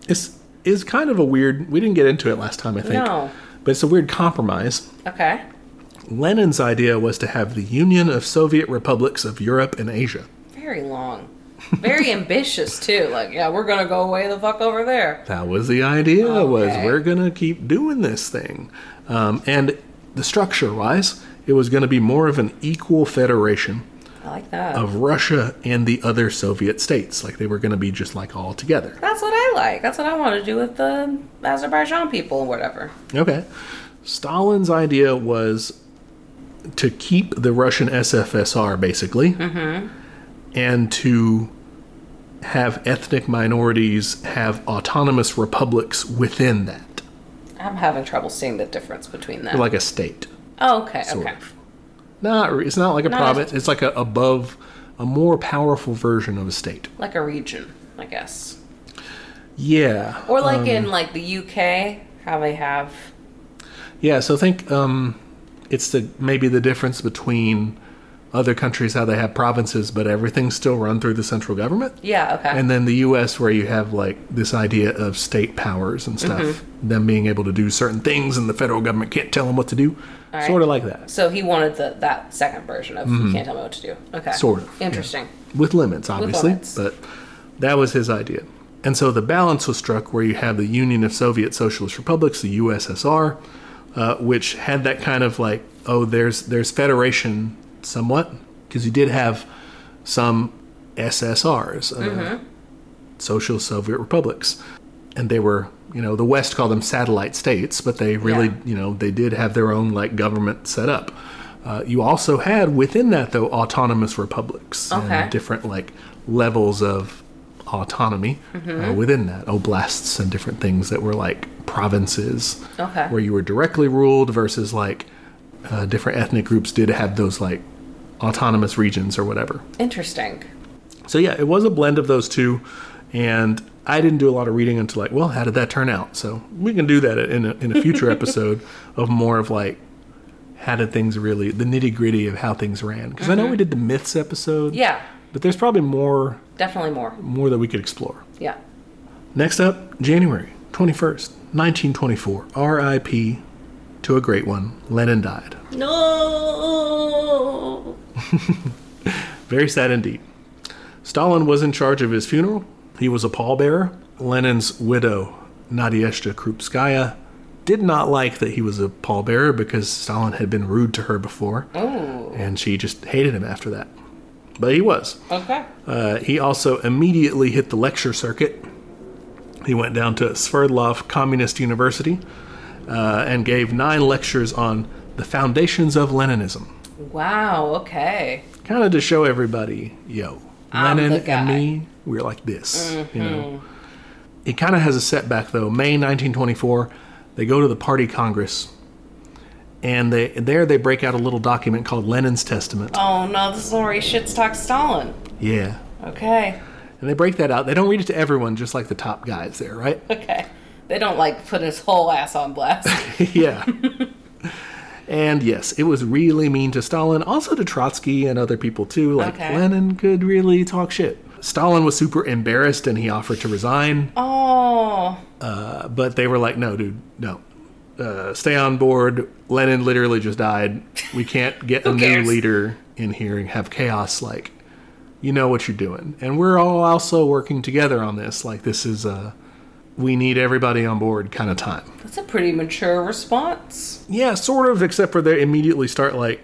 It's is kind of a weird. We didn't get into it last time, I think. No. But it's a weird compromise. Okay. Lenin's idea was to have the Union of Soviet Republics of Europe and Asia. Very long. Very ambitious too. Like yeah, we're gonna go way the fuck over there. That was the idea. Was Okay. we're gonna keep doing this thing, um, and the structure-wise, it was going to be more of an equal federation I like that. of Russia and the other Soviet states. Like they were going to be just like all together. That's what I like. That's what I want to do with the Azerbaijan people or whatever. Okay. Stalin's idea was to keep the Russian SFSR, basically, Mm-hmm. and to have ethnic minorities have autonomous republics within that, I'm having trouble seeing the difference between that. like a state, oh, okay. sort Okay. of. Not, re- it's not like a Not a- province. It's like a above, a more powerful version of a state. Like a region, I guess. Yeah. Or like Um, in like the UK, how they have Yeah, so think um, it's the maybe the difference between other countries how they have provinces, but everything's still run through the central government, yeah okay and then the U.S. where you have like this idea of state powers and stuff, Mm-hmm. them being able to do certain things, and the federal government can't tell them what to do, right. sort of like that, so he wanted the, that second version of you can't tell me what to do okay Mm-hmm. Sort of, yeah. interesting with limits, obviously, limits. but that was his idea. And so the balance was struck where you have the Union of Soviet Socialist Republics, the USSR, uh, which had that kind of like, oh, there's there's federation somewhat because you did have some SSRs, uh, Mm-hmm. Social Soviet Republics, and they were, you know, the West called them satellite states, but they really, Yeah. you know, they did have their own like government set up. Uh, you also had within that though autonomous republics Okay. and different like levels of autonomy Mm-hmm. uh, within that oblasts and different things that were like provinces Okay. where you were directly ruled versus like uh, different ethnic groups did have those like autonomous regions or whatever interesting so yeah it was a blend of those two and I didn't do a lot of reading until like, well, how did that turn out? So we can do that in a, in a future episode of more of like, how did things really, the nitty gritty of how things ran. Because I know we did the myths episode. Mm-hmm. Yeah, But there's probably more definitely more. more that we could explore. Yeah. Next up, January 21st, 1924. R.I.P. to a great one. Lennon died. No. Very sad indeed. Stalin was in charge of his funeral. He was a pallbearer. Lenin's widow, Nadezhda Krupskaya, did not like that he was a pallbearer because Stalin had been rude to her before, Ooh. and she just hated him after that. But he was. Okay. Uh, he also immediately hit the lecture circuit. He went down to Sverdlov Communist University uh, and gave nine lectures on the foundations of Leninism, Wow. Okay. kind of to show everybody, yo, I'm Lenin the and guy. Mm-hmm. me, we're like this. You know, it kind of has a setback though. May 1924, they go to the party congress, and they there they break out a little document called Lenin's Testament. Oh no, this is where he shits talk Stalin. Yeah. Okay. And they break that out. They don't read it to everyone, just like the top guys there, right? Okay. They don't like put his whole ass on blast. yeah. and yes, it was really mean to Stalin, also to Trotsky and other people too. Like Okay. Lenin could really talk shit. Stalin was super embarrassed and he offered to resign, oh. uh, but they were like, "No, dude, no, uh, stay on board." Lenin literally just died. We can't get a new cares? leader in here and have chaos. Like, you know what you're doing, and we're all also working together on this. Like, this is a we need everybody on board kind of time. That's a pretty mature response. Yeah, sort of, except for they immediately start like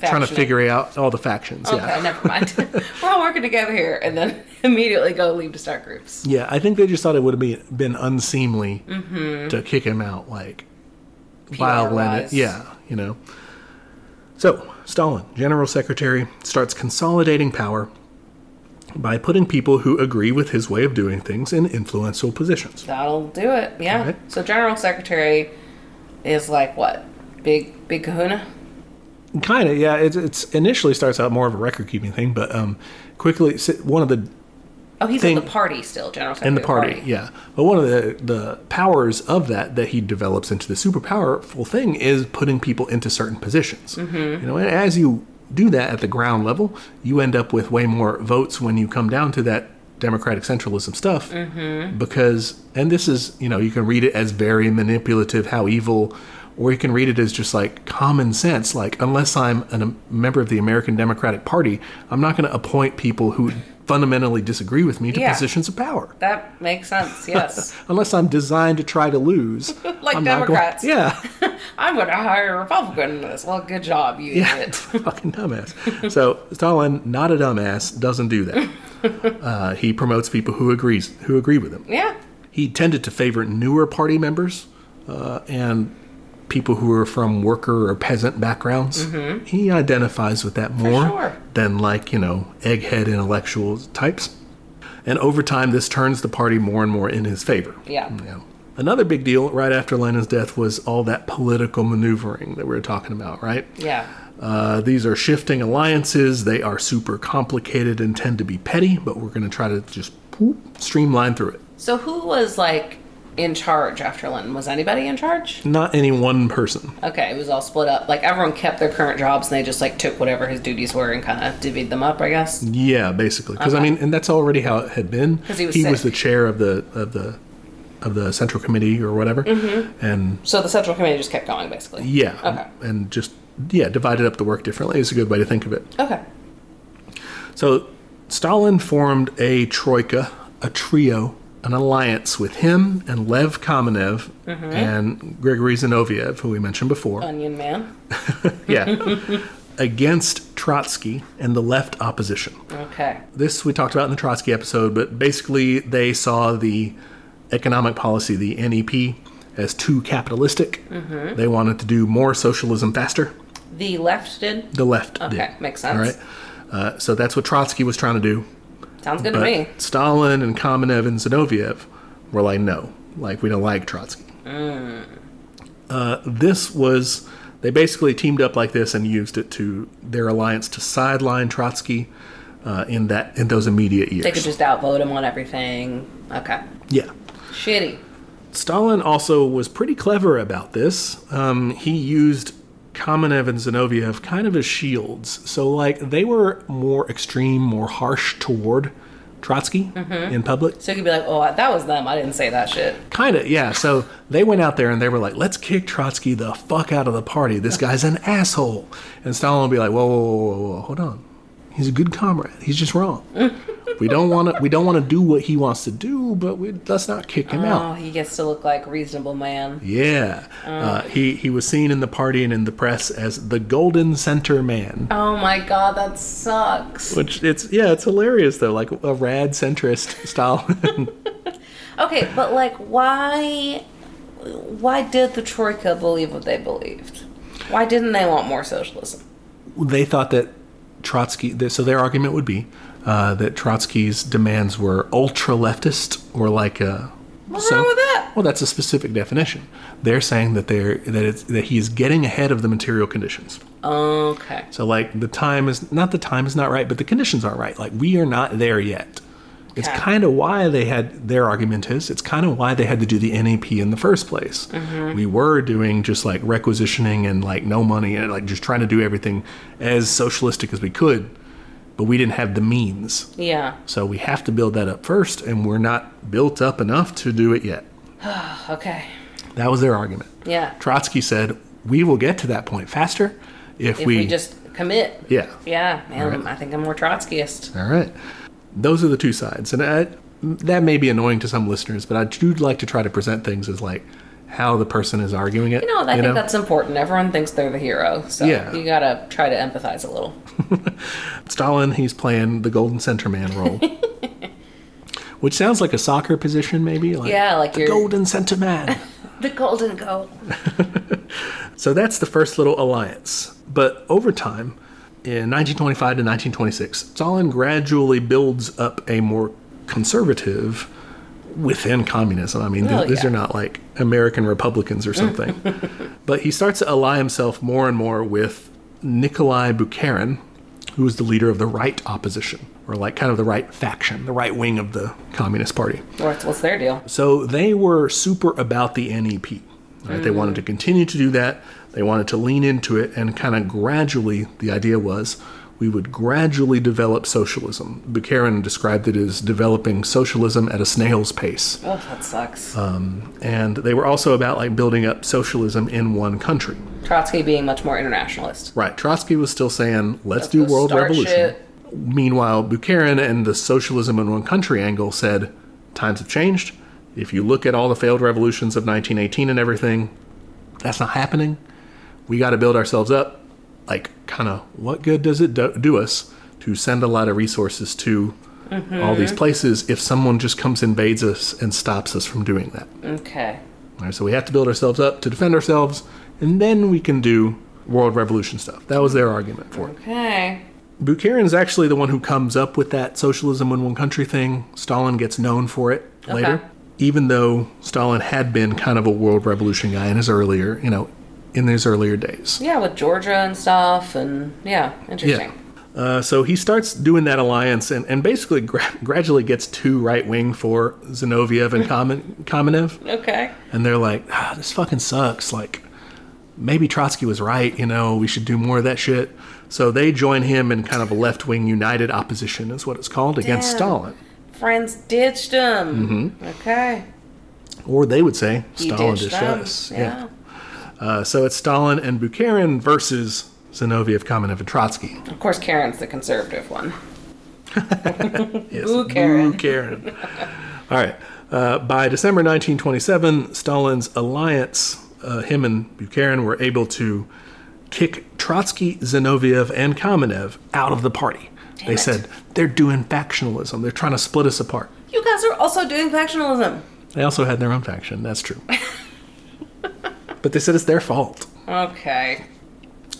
trying to Factional. figure out all the factions. Okay, Yeah. never mind. We're all working together here, and then immediately go leave to start groups. Yeah, I think they just thought it would have be, been unseemly to kick him out, like vile Lenin. PR-wise. Yeah, you know. So, Stalin, General Secretary, starts consolidating power by putting people who agree with his way of doing things in influential positions. That'll do it. Yeah. Alright. So general secretary is like what? Big big Kahuna. Kind of, yeah. It it's initially starts out more of a record keeping thing, but um, quickly, si- one of the Oh, he's Thing- in the party still. General secretary. and the of party, yeah. But one of the the powers of that that he develops into the super powerful thing is putting people into certain positions. You know, and as you do that at the ground level, you end up with way more votes when you come down to that democratic centralism stuff because and this is you know you can read it as very manipulative how evil or you can read it as just like common sense like unless i'm an, a member of the american democratic party i'm not going to appoint people who fundamentally disagree with me to Yeah. positions of power That makes sense. Yes. unless I'm designed to try to lose. Like I'm not going- Democrats. yeah. I'm going to hire a Republican in this. Well, good job, you idiot. Fucking dumbass. So Stalin, not a dumbass, doesn't do that. Uh, he promotes people who agrees who agree with him. Yeah. He tended to favor newer party members uh, and people who are from worker or peasant backgrounds. He identifies with that more Mm-hmm. sure. than like you know egghead intellectual types. And over time, this turns the party more and more in his favor. Yeah. Yeah. Another big deal right after Lenin's death was all that political maneuvering that we were talking about, right? Yeah. Uh, these are shifting alliances. They are super complicated and tend to be petty, but we're going to try to just whoop, streamline through it. So who was like in charge after London? Was anybody in charge? Not any one person. Okay, it was all split up. Like everyone kept their current jobs and they just like took whatever his duties were and kind of divvied them up, I guess. Yeah, basically, because I Okay. mean, and that's already how it had been. Uh-huh. 'Cause he was the sick. chair of the of the of the central committee or whatever, and So the central committee just kept going basically. yeah, Mm-hmm. Okay. and just yeah, divided up the work differently is a good way to think of it. Okay. So Stalin formed a troika, a trio, an alliance with him and Lev Kamenev Mm-hmm. and Grigory Zinoviev, who we mentioned before. Onion man. yeah. against Trotsky and the left opposition. Okay. This we talked about in the Trotsky episode, but basically they saw the economic policy, the NEP, as too capitalistic. Mm-hmm. They wanted to do more socialism faster. The left did. The left Okay, did. makes sense. All right. Uh, so that's what Trotsky was trying to do. Sounds good But to me. Stalin and Kamenev and Zinoviev were like, no, like we don't like Trotsky. Uh, this was they basically teamed up like this and used it to their alliance to sideline Trotsky, uh, in that in those immediate years. They could just outvote him on everything. Okay. yeah. Shitty. Stalin also was pretty clever about this. Um, he used Kamenev and Zinoviev kind of as shields. So, like, they were more extreme, more harsh toward Trotsky in public. So you could be like, oh, that was them. I didn't say that shit. Kind of, yeah. So they went out there and they were like, let's kick Trotsky the fuck out of the party. This guy's an asshole. And Stalin would be like, whoa, whoa, whoa, whoa, whoa, hold on. He's a good comrade. He's just wrong. we don't want to. We don't want to do what he wants to do, but we, let's not kick him out. Oh, he gets to look like reasonable man. Yeah, uh, he he was seen in the party and in the press as the golden center man, Oh my god, that sucks. which it's yeah, it's hilarious though, like a rad centrist Stalin. Okay, but like, why? Why did the troika believe what they believed? Why didn't they want more socialism? they thought that Trotsky, that, so their argument would be uh, that Trotsky's demands were ultra leftist or like a. What's wrong with that? Well, that's a specific definition. They're saying that they're that it's that he is getting ahead of the material conditions. Okay. So like the time is not the time is not right, but the conditions aren't right. Like we are not there yet. It's Okay. kind of why they had their argument is it's kind of why they had to do the NEP in the first place. Mm-hmm. We were doing just like requisitioning and like no money and like just trying to do everything as socialistic as we could, but we didn't have the means. Yeah. So we have to build that up first, and we're not built up enough to do it yet. Okay. That was their argument. Yeah. Trotsky said, "We will get to that point faster if, If we, just commit. yeah Yeah, man. I think I'm more Trotskyist. All right. Those are the two sides. And I, that may be annoying to some listeners, but I do like to try to present things as like how the person is arguing it. You know, I think know? that's important. Everyone thinks they're the hero, so Yeah. you gotta try to empathize a little. Stalin, he's playing the golden center man role. Which sounds like a soccer position, maybe. Like, Yeah, like the you're- golden center man. The golden goat. so that's the first little alliance. But over time, in 1925 to 1926, Stalin gradually builds up a more conservative within communism. I mean, th- Well, these yeah. are not like American Republicans or something. but he starts to ally himself more and more with Nikolai Bukharin, who is the leader of the right opposition, or like kind of the right faction, the right wing of the Communist Party. What's, what's their deal? So they were super about the NEP. Right? They wanted to continue to do that. They wanted to lean into it, and kind of gradually, the idea was we would gradually develop socialism. Bukharin described it as developing socialism at a snail's pace. Oh, that sucks. Uh. And they were also about like building up socialism in one country. Trotsky being much more internationalist. Right. Trotsky was still saying, let's go do world start revolution. shit. Meanwhile, Bukharin and the socialism in one country angle said, times have changed. If you look at all the failed revolutions of 1918 and everything, that's not happening. We got to build ourselves up. Like, kind of, what good does it do, do us to send a lot of resources to all these places if someone just comes invades us and stops us from doing that? Okay. All right, so we have to build ourselves up to defend ourselves, and then we can do world revolution stuff. That was their argument for it. Okay. Bukharin's actually the one who comes up with that socialism in one country thing. Stalin gets known for it later, even though Stalin had been kind of a world revolution guy in his earlier, you know, in his earlier days. Yeah, with Georgia and stuff, and yeah, interesting. Yeah. Uh, so he starts doing that alliance and, and basically gra- gradually gets too right wing for Zinoviev and Kamen- Kamenev. Okay. and they're like, ah, this fucking sucks. Like, maybe Trotsky was right. You know, we should do more of that shit. So they join him in kind of a left wing united opposition, is what it's called, against Damn. Stalin. Friends ditched him. Okay. Or they would say, He Mm-hmm. Stalin ditched ditched them. us. Yeah. Uh, so it's Stalin and Bukharin versus Zinoviev, Kamenev, and Trotsky. Of course, Karen's the conservative one. Yes. Mm. Bukharin. Bukharin. All right. Uh, by December 1927, Stalin's alliance, uh, him and Bukharin, were able to kick Trotsky, Zinoviev, and Kamenev out of the party. they it. said they're doing factionalism. They're trying to split us apart. You guys are also doing factionalism. They also had their own faction. That's true. but they said it's their fault. Okay.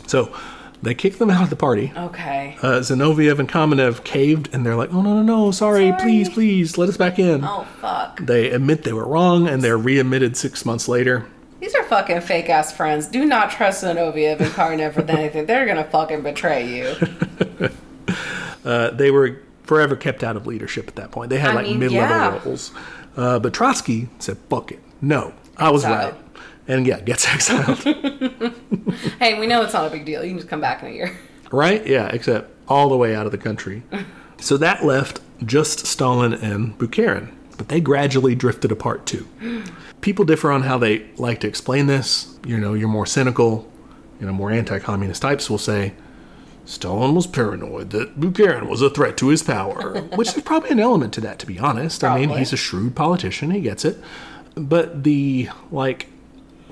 So they kicked them out of the party. Oh. Okay. Uh, Zinoviev and Kamenev caved, and they're like, "Oh no, no, no! Sorry, Sorry. please, please, let us back in." Oh fuck. They admit they were wrong and they're readmitted six months later. These are fucking fake ass friends. Do not trust Zinoviev and Karnev with anything. They're gonna fucking betray you. Uh, they were forever kept out of leadership at that point. They had I like mean, mid-level yeah. roles. Uh, but Trotsky said, "Fuck it, no, I was Exiled. right," and yeah, gets exiled. Hey, we know it's not a big deal. You can just come back in a year. Right? Yeah, except all the way out of the country. so that left just Stalin and Bukharin, but they gradually drifted apart too. People differ on how they like to explain this. You know, your more cynical, you know, more anti communist types will say, Stalin was paranoid that Bukharin was a threat to his power, which is probably an element to that, to be honest. I mean, Probably. he's a shrewd politician, he gets it. But the, like,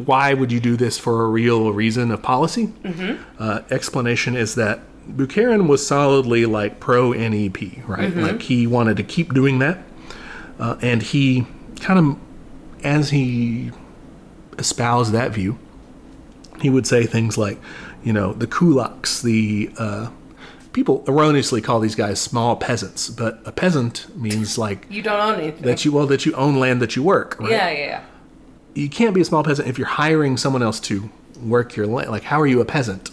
why would you do this for a real reason of policy? Uh, explanation is that Bukharin was solidly like pro NEP, right? Like he wanted to keep doing that. Uh, and he kind of, as he espoused that view, he would say things like, you know, the kulaks, the uh, people erroneously call these guys small peasants, but a peasant means like You don't own anything. that you well that you own land that you work, right? yeah, yeah, yeah. you can't be a small peasant if you're hiring someone else to work your land. Like, how are you a peasant?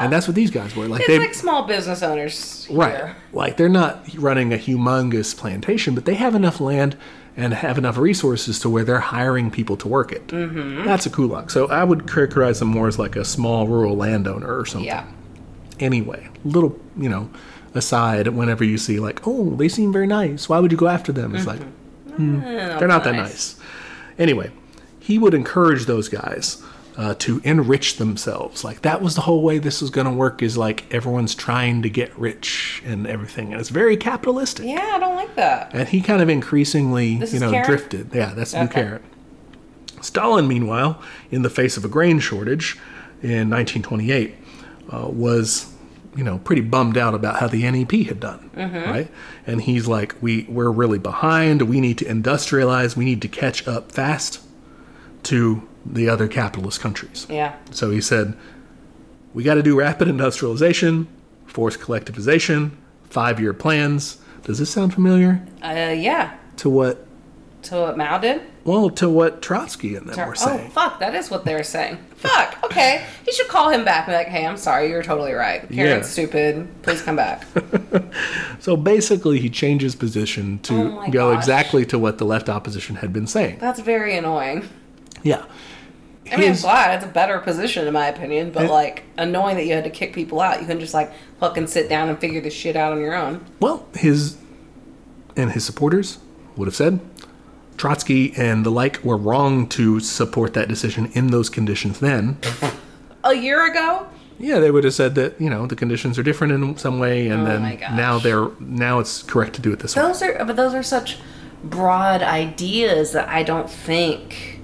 and that's what these guys were. Like It's they, like small business owners. Here. right? Like they're not running a humongous plantation, but they have enough land and have enough resources to where they're hiring people to work it. Mm-hmm. That's a kulak. So I would characterize them more as like a small rural landowner or something Yeah. anyway. Little, you know, aside whenever you see like, oh, they seem very nice. Why would you go after them? It's like, hmm, they're not that nice. Anyway, he would encourage those guys uh, to enrich themselves. Like that was the whole way this was going to work. Is like everyone's trying to get rich and everything, and it's very capitalistic. Yeah, I don't like that. And he kind of increasingly, This you is know, Karen? drifted. Yeah, that's New Okay. Karen. Stalin, meanwhile, in the face of a grain shortage in 1928, uh, was, you know, pretty bummed out about how the NEP had done, Mm-hmm. right? And he's like, we, we're really behind. We need to industrialize. We need to catch up fast to the other capitalist countries. Yeah. So he said, We got to do rapid industrialization, forced collectivization, five year plans. Does this sound familiar Uh, yeah. to what, So what Mao did? well, to what Trotsky and them were Oh, saying? fuck, that is what they were saying. Fuck, okay. You should call him back and be like, hey, I'm sorry, you were totally right. Karen's Yeah. stupid. Please come back. So basically, he changed his position to Oh my go gosh. exactly to what the left opposition had been saying. That's very annoying. Yeah. I mean, I'm His- glad it's a better position, in my opinion, but like, annoying that you had to kick people out. You couldn't just like fucking sit down and figure this shit out on your own. Well, his and his supporters would have said Trotsky and the like were wrong to support that decision in those conditions then. A year ago? Yeah, they would have said that you know the conditions are different in some way, and Oh then my gosh. now they're now it's correct to do it this way. Those are, but those are such broad ideas that I don't think,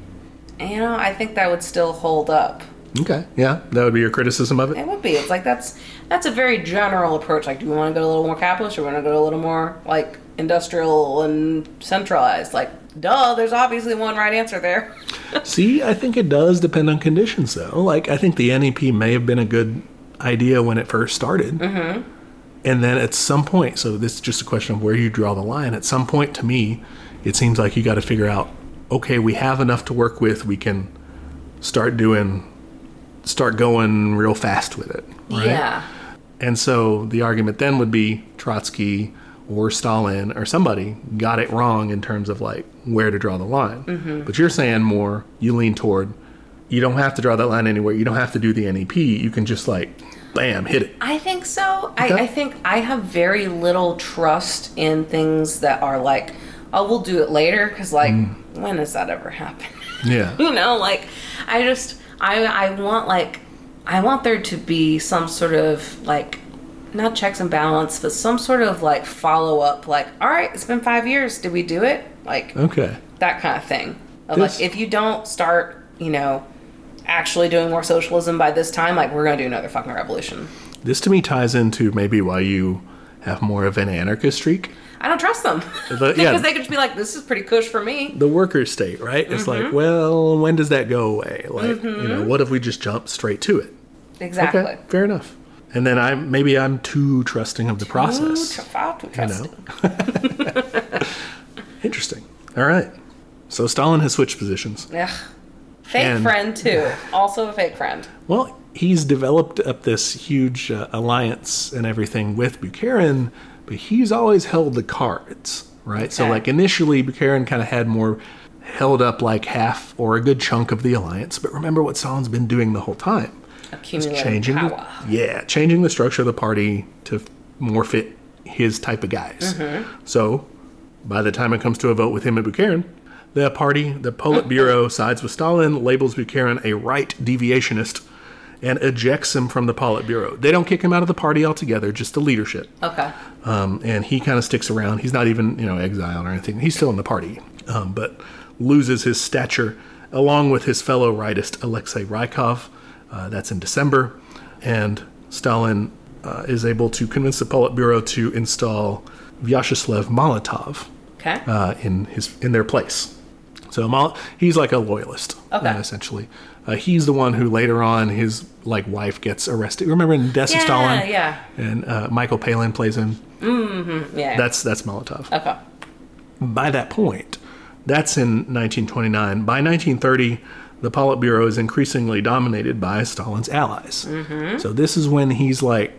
you know, I think that would still hold up. Okay, yeah, that would be your criticism of it. It would be. It's like that's that's a very general approach. Like, do we want to go a little more capitalist, or we want to go a little more like industrial and centralized? Like, duh, there's obviously one right answer there. See, I think it does depend on conditions, though. Like I think the NEP may have been a good idea when it first started, mm-hmm. and then at some point, so this is just a question of where you draw the line. At some point, to me, it seems like you got to figure out. Okay, we have enough to work with. We can start doing, start going real fast with it. Right? Yeah, And so the argument then would be Trotsky or Stalin or somebody got it wrong in terms of like where to draw the line. But you're saying more, you lean toward, you don't have to draw that line anywhere. You don't have to do the NEP. You can just like, bam, hit it. I think so. Okay. I, I think I have very little trust in things that are like, oh, we'll do it later. Because like, when has that ever happened? Yeah. you know like i just i i want like i want there to be some sort of like not checks and balance but some sort of like follow up like all right it's been 5 years did we do it like Okay. that kind of thing of This- like if you don't start you know actually doing more socialism by this time like we're going to do another fucking revolution This to me ties into maybe why you have more of an anarchist streak. i don't trust them But, yeah. because they could just be like this is pretty cush for me the worker state, right? It's like, well, when does that go away? Like, you know, what if we just jump straight to it? exactly Okay, fair enough. And then I maybe I'm too trusting of the process. Too tr- far too you trusting. know. Interesting. All right. So Stalin has switched positions. Ugh. Fake And- friend too. Also a fake friend. Well, he's developed up this huge uh, alliance and everything with Buchanan, but he's always held the cards, right? So, Okay. like, initially, Buchanan kind of had more held up like half or a good chunk of the alliance, but remember what Stalin's been doing the whole time Accumulating changing the- power. yeah changing the structure of the party to f- more fit his type of guys so by the time it comes to a vote with him and buchanan the party the politburo sides with stalin labels buchanan a right deviationist and ejects him from the politburo they don't kick him out of the party altogether just the leadership Okay. um, and he kind of sticks around. He's not even you know exiled or anything. He's still in the party, um, but loses his stature along with his fellow rightist Alexei Rykov. Uh, that's in December, and Stalin uh, is able to convince the Politburo to install Vyacheslav Molotov Okay. uh, in his in their place. So Mol- he's like a loyalist, Okay. uh, essentially. Uh, he's the one who later on his like wife gets arrested. Remember in Death Yeah, of Stalin, yeah. and uh, Michael Palin plays him. yeah. That's that's Molotov. okay. By that point, that's in 1929. By 1930, the Politburo is increasingly dominated by Stalin's allies. So this is when he's like,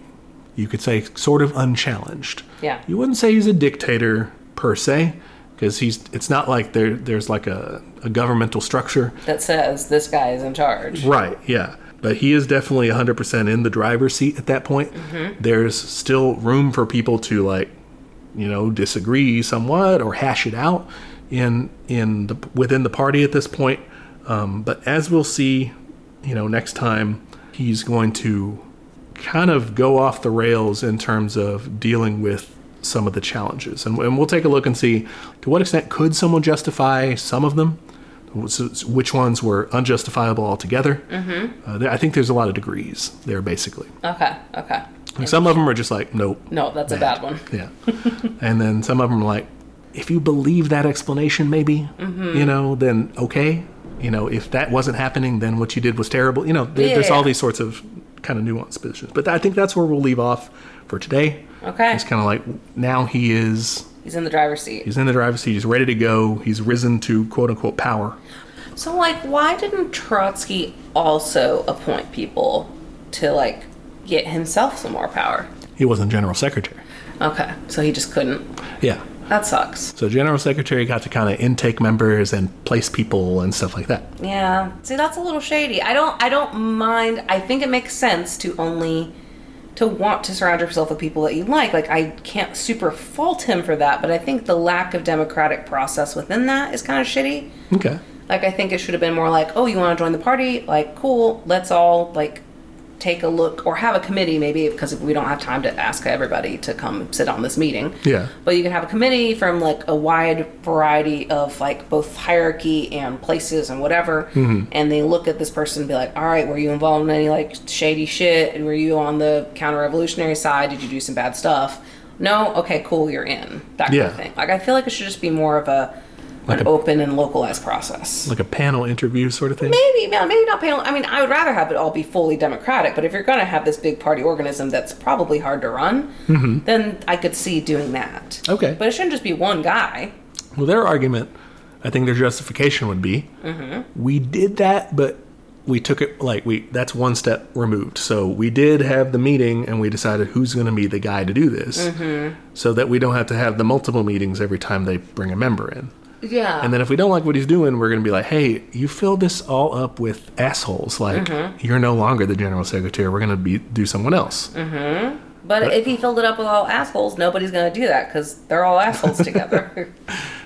you could say, sort of unchallenged. Yeah. You wouldn't say he's a dictator per se, because he's. It's not like there there's like a, a governmental structure. That says this guy is in charge. Right, yeah. But he is definitely 100% in the driver's seat at that point. There's still room for people to, like, you know, disagree somewhat or hash it out in in the within the party at this point. Um, but as we'll see, you know, next time he's going to kind of go off the rails in terms of dealing with some of the challenges, and, and we'll take a look and see to what extent could someone justify some of them s- which ones were unjustifiable altogether. Mm-hmm. Uh, there, I think there's a lot of degrees there, basically. Okay. Okay. And some of them are just like, nope. No, that's a bad one. Yeah. and then some of them are like, if you believe that explanation, maybe, Mm-hmm. you know, then okay. You know, if that wasn't happening, then what you did was terrible. You know, there, Yeah, there's yeah, all yeah. these sorts of kind of nuanced positions. But I think that's where we'll leave off for today. Okay. It's kind of like now he is He's in the driver's seat. he's in the driver's seat. He's ready to go. He's risen to quote unquote power. So, like, why didn't Trotsky also appoint people to, like, get himself some more power? He wasn't general secretary. Okay, so he just couldn't. Yeah. That sucks. So general secretary got to kind of intake members and place people and stuff like that. Yeah. See, that's a little shady. I don't. I don't mind. I think it makes sense to only to want to surround yourself with people that you like. Like, I can't super fault him for that, but I think the lack of democratic process within that is kind of shitty. Okay. Like I think it should have been more like, oh, you want to join the party? Like, cool. Let's all like take a look or have a committee maybe because we don't have time to ask everybody to come sit on this meeting. Yeah. But you can have a committee from like a wide variety of like both hierarchy and places and whatever, Mm-hmm. and they look at this person and be like, all right, were you involved in any like shady shit? Were you on the counter-revolutionary side? Did you do some bad stuff? No. Okay, cool. You're in. That kind Yeah. of thing. Like I feel like it should just be more of a Like an a- open and localized process Like a panel interview sort of thing. maybe yeah, maybe not panel. I mean, I would rather have it all be fully democratic. But if you're going to have this big party organism that's probably hard to run, then I could see doing that. Mm-hmm. Okay. but it shouldn't just be one guy. Well, their argument, I think their justification would be, Mm-hmm. we did that, but we took it like we that's one step removed. So we did have the meeting and we decided who's going to be the guy to do this, Mm-hmm. so that we don't have to have the multiple meetings every time they bring a member in. Yeah, And then if we don't like what he's doing, we're going to be like, hey, you fill this all up with assholes. Like, Mm-hmm. you're no longer the general secretary. We're going to be do someone else. Mm-hmm. but if he filled it up with all assholes, nobody's going to do that because they're all assholes together.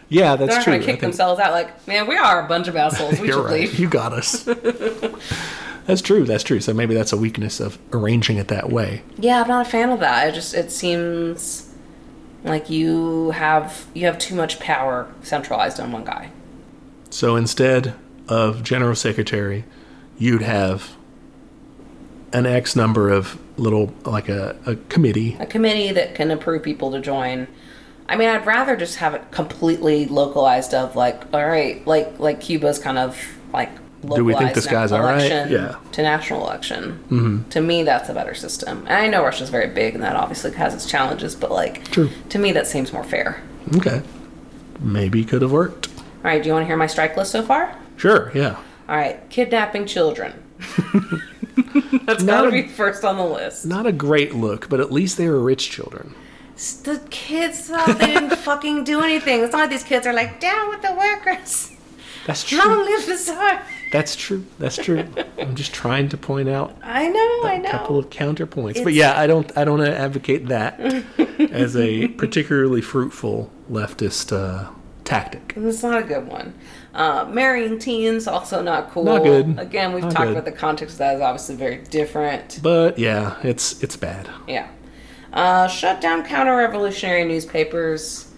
Yeah, that's they're not true. going I to kick think- themselves out like, man, we are a bunch of assholes. We you're should right. leave. You got us. that's true. That's true. So maybe that's a weakness of arranging it that way. Yeah, I'm not a fan of that. I just it seems like you have you have too much power centralized on one guy. So instead of general secretary, you'd have an X number of little, like a, a committee. a committee that can approve people to join. I mean, I'd rather just have it completely localized of like, all right, like like Cuba's kind of like localized Do we think this na- guy's all right? election Yeah. to national election. Mm-hmm. To me, that's a better system. And I know Russia's very big, and that obviously has its challenges, but like True. to me, that seems more fair. Okay. Maybe could have worked. All right, do you want to hear my strike list so far? Sure. Yeah. All right, kidnapping children. That's Not gotta a- be first on the list. Not a great look, but at least they were rich children. S- The kids thought they didn't fucking do anything. It's not like these kids are like, down with the workers. That's true. Long live the czar. That's true. That's true. I'm just trying to point out I know, I a know. couple of counterpoints. but It's- yeah, I don't. I don't advocate that as a particularly fruitful leftist uh, tactic. It's not a good one. Uh, marrying teens also not cool. Not good. Again, we've Not talked good. about the context of that is obviously very different. But yeah, it's it's bad. Yeah. Uh, shut down counter-revolutionary newspapers.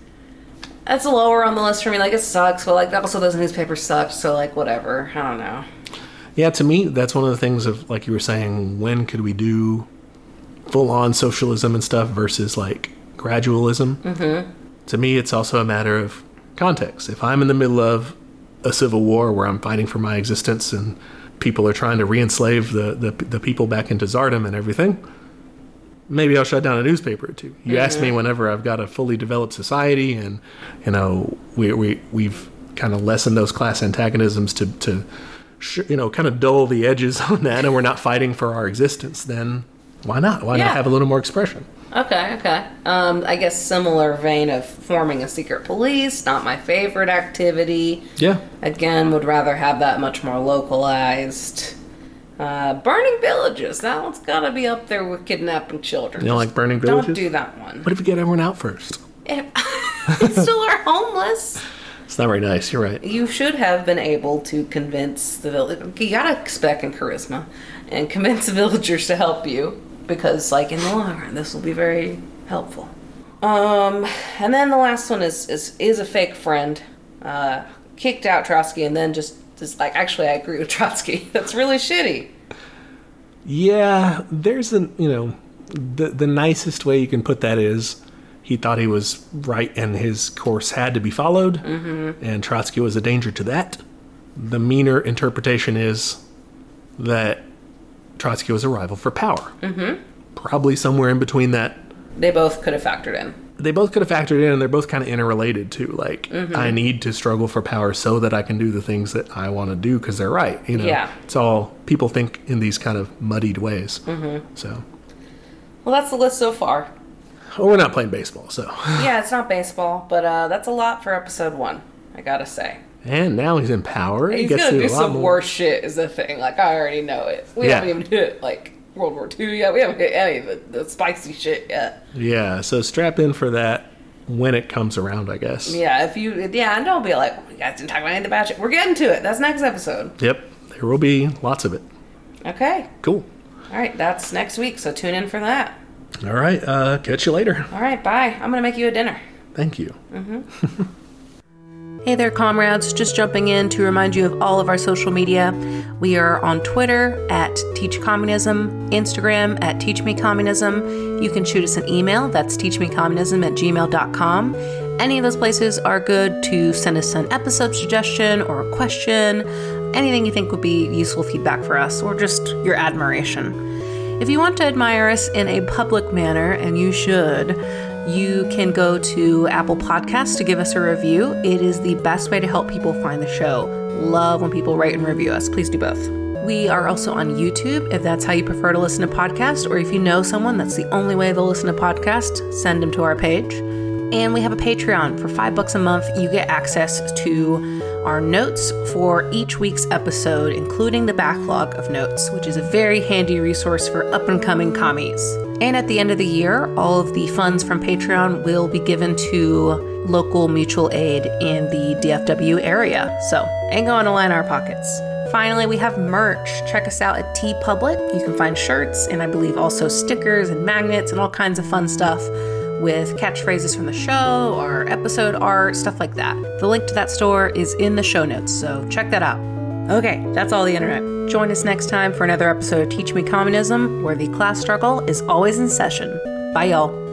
That's lower on the list for me. Like it sucks, but like also those newspapers sucked. So like whatever. I don't know. Yeah, to me, that's one of the things of like you were saying. When could we do full on socialism and stuff versus like gradualism? Mm-hmm. To me, it's also a matter of context. If I'm in the middle of a civil war where I'm fighting for my existence and people are trying to re-enslave the the, the people back into czardom and everything. Maybe I'll shut down a newspaper or two. You ask me whenever I've got a fully developed society, and you know we we we've kind of lessened those class antagonisms to to sh- you know kind of dull the edges on that, and we're not fighting for our existence. Then why not? Why Yeah. not have a little more expression? Okay, okay. Um, I guess similar vein of forming a secret police. Not my favorite activity. Yeah, Again, would rather have that much more localized. Uh, burning villages. That one's gotta be up there with kidnapping children. you know, Just like burning don't villages. do that one. What if we get everyone out first? If- you still are homeless. It's not very nice. You're right. You should have been able to convince the village. You gotta expect in charisma, and convince the villagers to help you because, like, in the long run, this will be very helpful. Um, and then the last one is is is a fake friend. Uh, kicked out Trotsky, and then just just like actually, I agree with Trotsky. That's really shitty. Yeah, there's an you know, the the nicest way you can put that is he thought he was right and his course had to be followed, mm-hmm. and Trotsky was a danger to that. The meaner interpretation is that Trotsky was a rival for power, mm-hmm. probably somewhere in between that. They both could have factored in. They both could have factored in, and they're both kind of interrelated too. Like, Mm-hmm. I need to struggle for power so that I can do the things that I want to do because they're right. You know, Yeah. it's all people think in these kind of muddied ways. Mm-hmm. So, Well, that's the list so far. Well, we're not playing baseball, so. Yeah, it's not baseball, but uh, that's a lot for episode one. I gotta say. And now he's in power. He He's gets gonna to do a do lot some more. worse shit is the thing. Like I already know it. We Yeah. haven't even hit like World War II yet. We haven't hit any of the, the spicy shit yet. Yeah, so strap in for that when it comes around, I guess. Yeah, if you yeah, and don't be like, oh, you guys didn't talk about anything about it. We're getting to it. That's next episode. Yep, there will be lots of it. Okay. Cool. All right, that's next week. So tune in for that. All right, uh, catch you later. All right, bye. I'm gonna make you a dinner. Thank you. Hey there, comrades. Just jumping in to remind you of all of our social media. We are on Twitter at Teach Communism, Instagram at Teach Me Communism. You can shoot us an email that's teachmecommunism at gmail.com. Any of those places are good to send us an episode suggestion or a question, anything you think would be useful feedback for us, or just your admiration. If you want to admire us in a public manner, and you should, you can go to Apple Podcasts to give us a review. It is the best way to help people find the show. Love when people rate and review us. Please do both. We are also on YouTube if that's how you prefer to listen to podcasts, or if you know someone that's the only way they'll listen to podcasts, send them to our page. And we have a Patreon. For five bucks a month, you get access to our notes for each week's episode, including the backlog of notes, which is a very handy resource for up and coming commies. And at the end of the year, all of the funds from Patreon will be given to local mutual aid in the DFW area. So, ain't going to line our pockets. Finally, we have merch. Check us out at T Public. You can find shirts and I believe also stickers and magnets and all kinds of fun stuff with catchphrases from the show or episode art, stuff like that. The link to that store is in the show notes, so check that out. Okay, that's all the internet. Join us next time for another episode of Teach Me Communism, where the class struggle is always in session. Bye, y'all.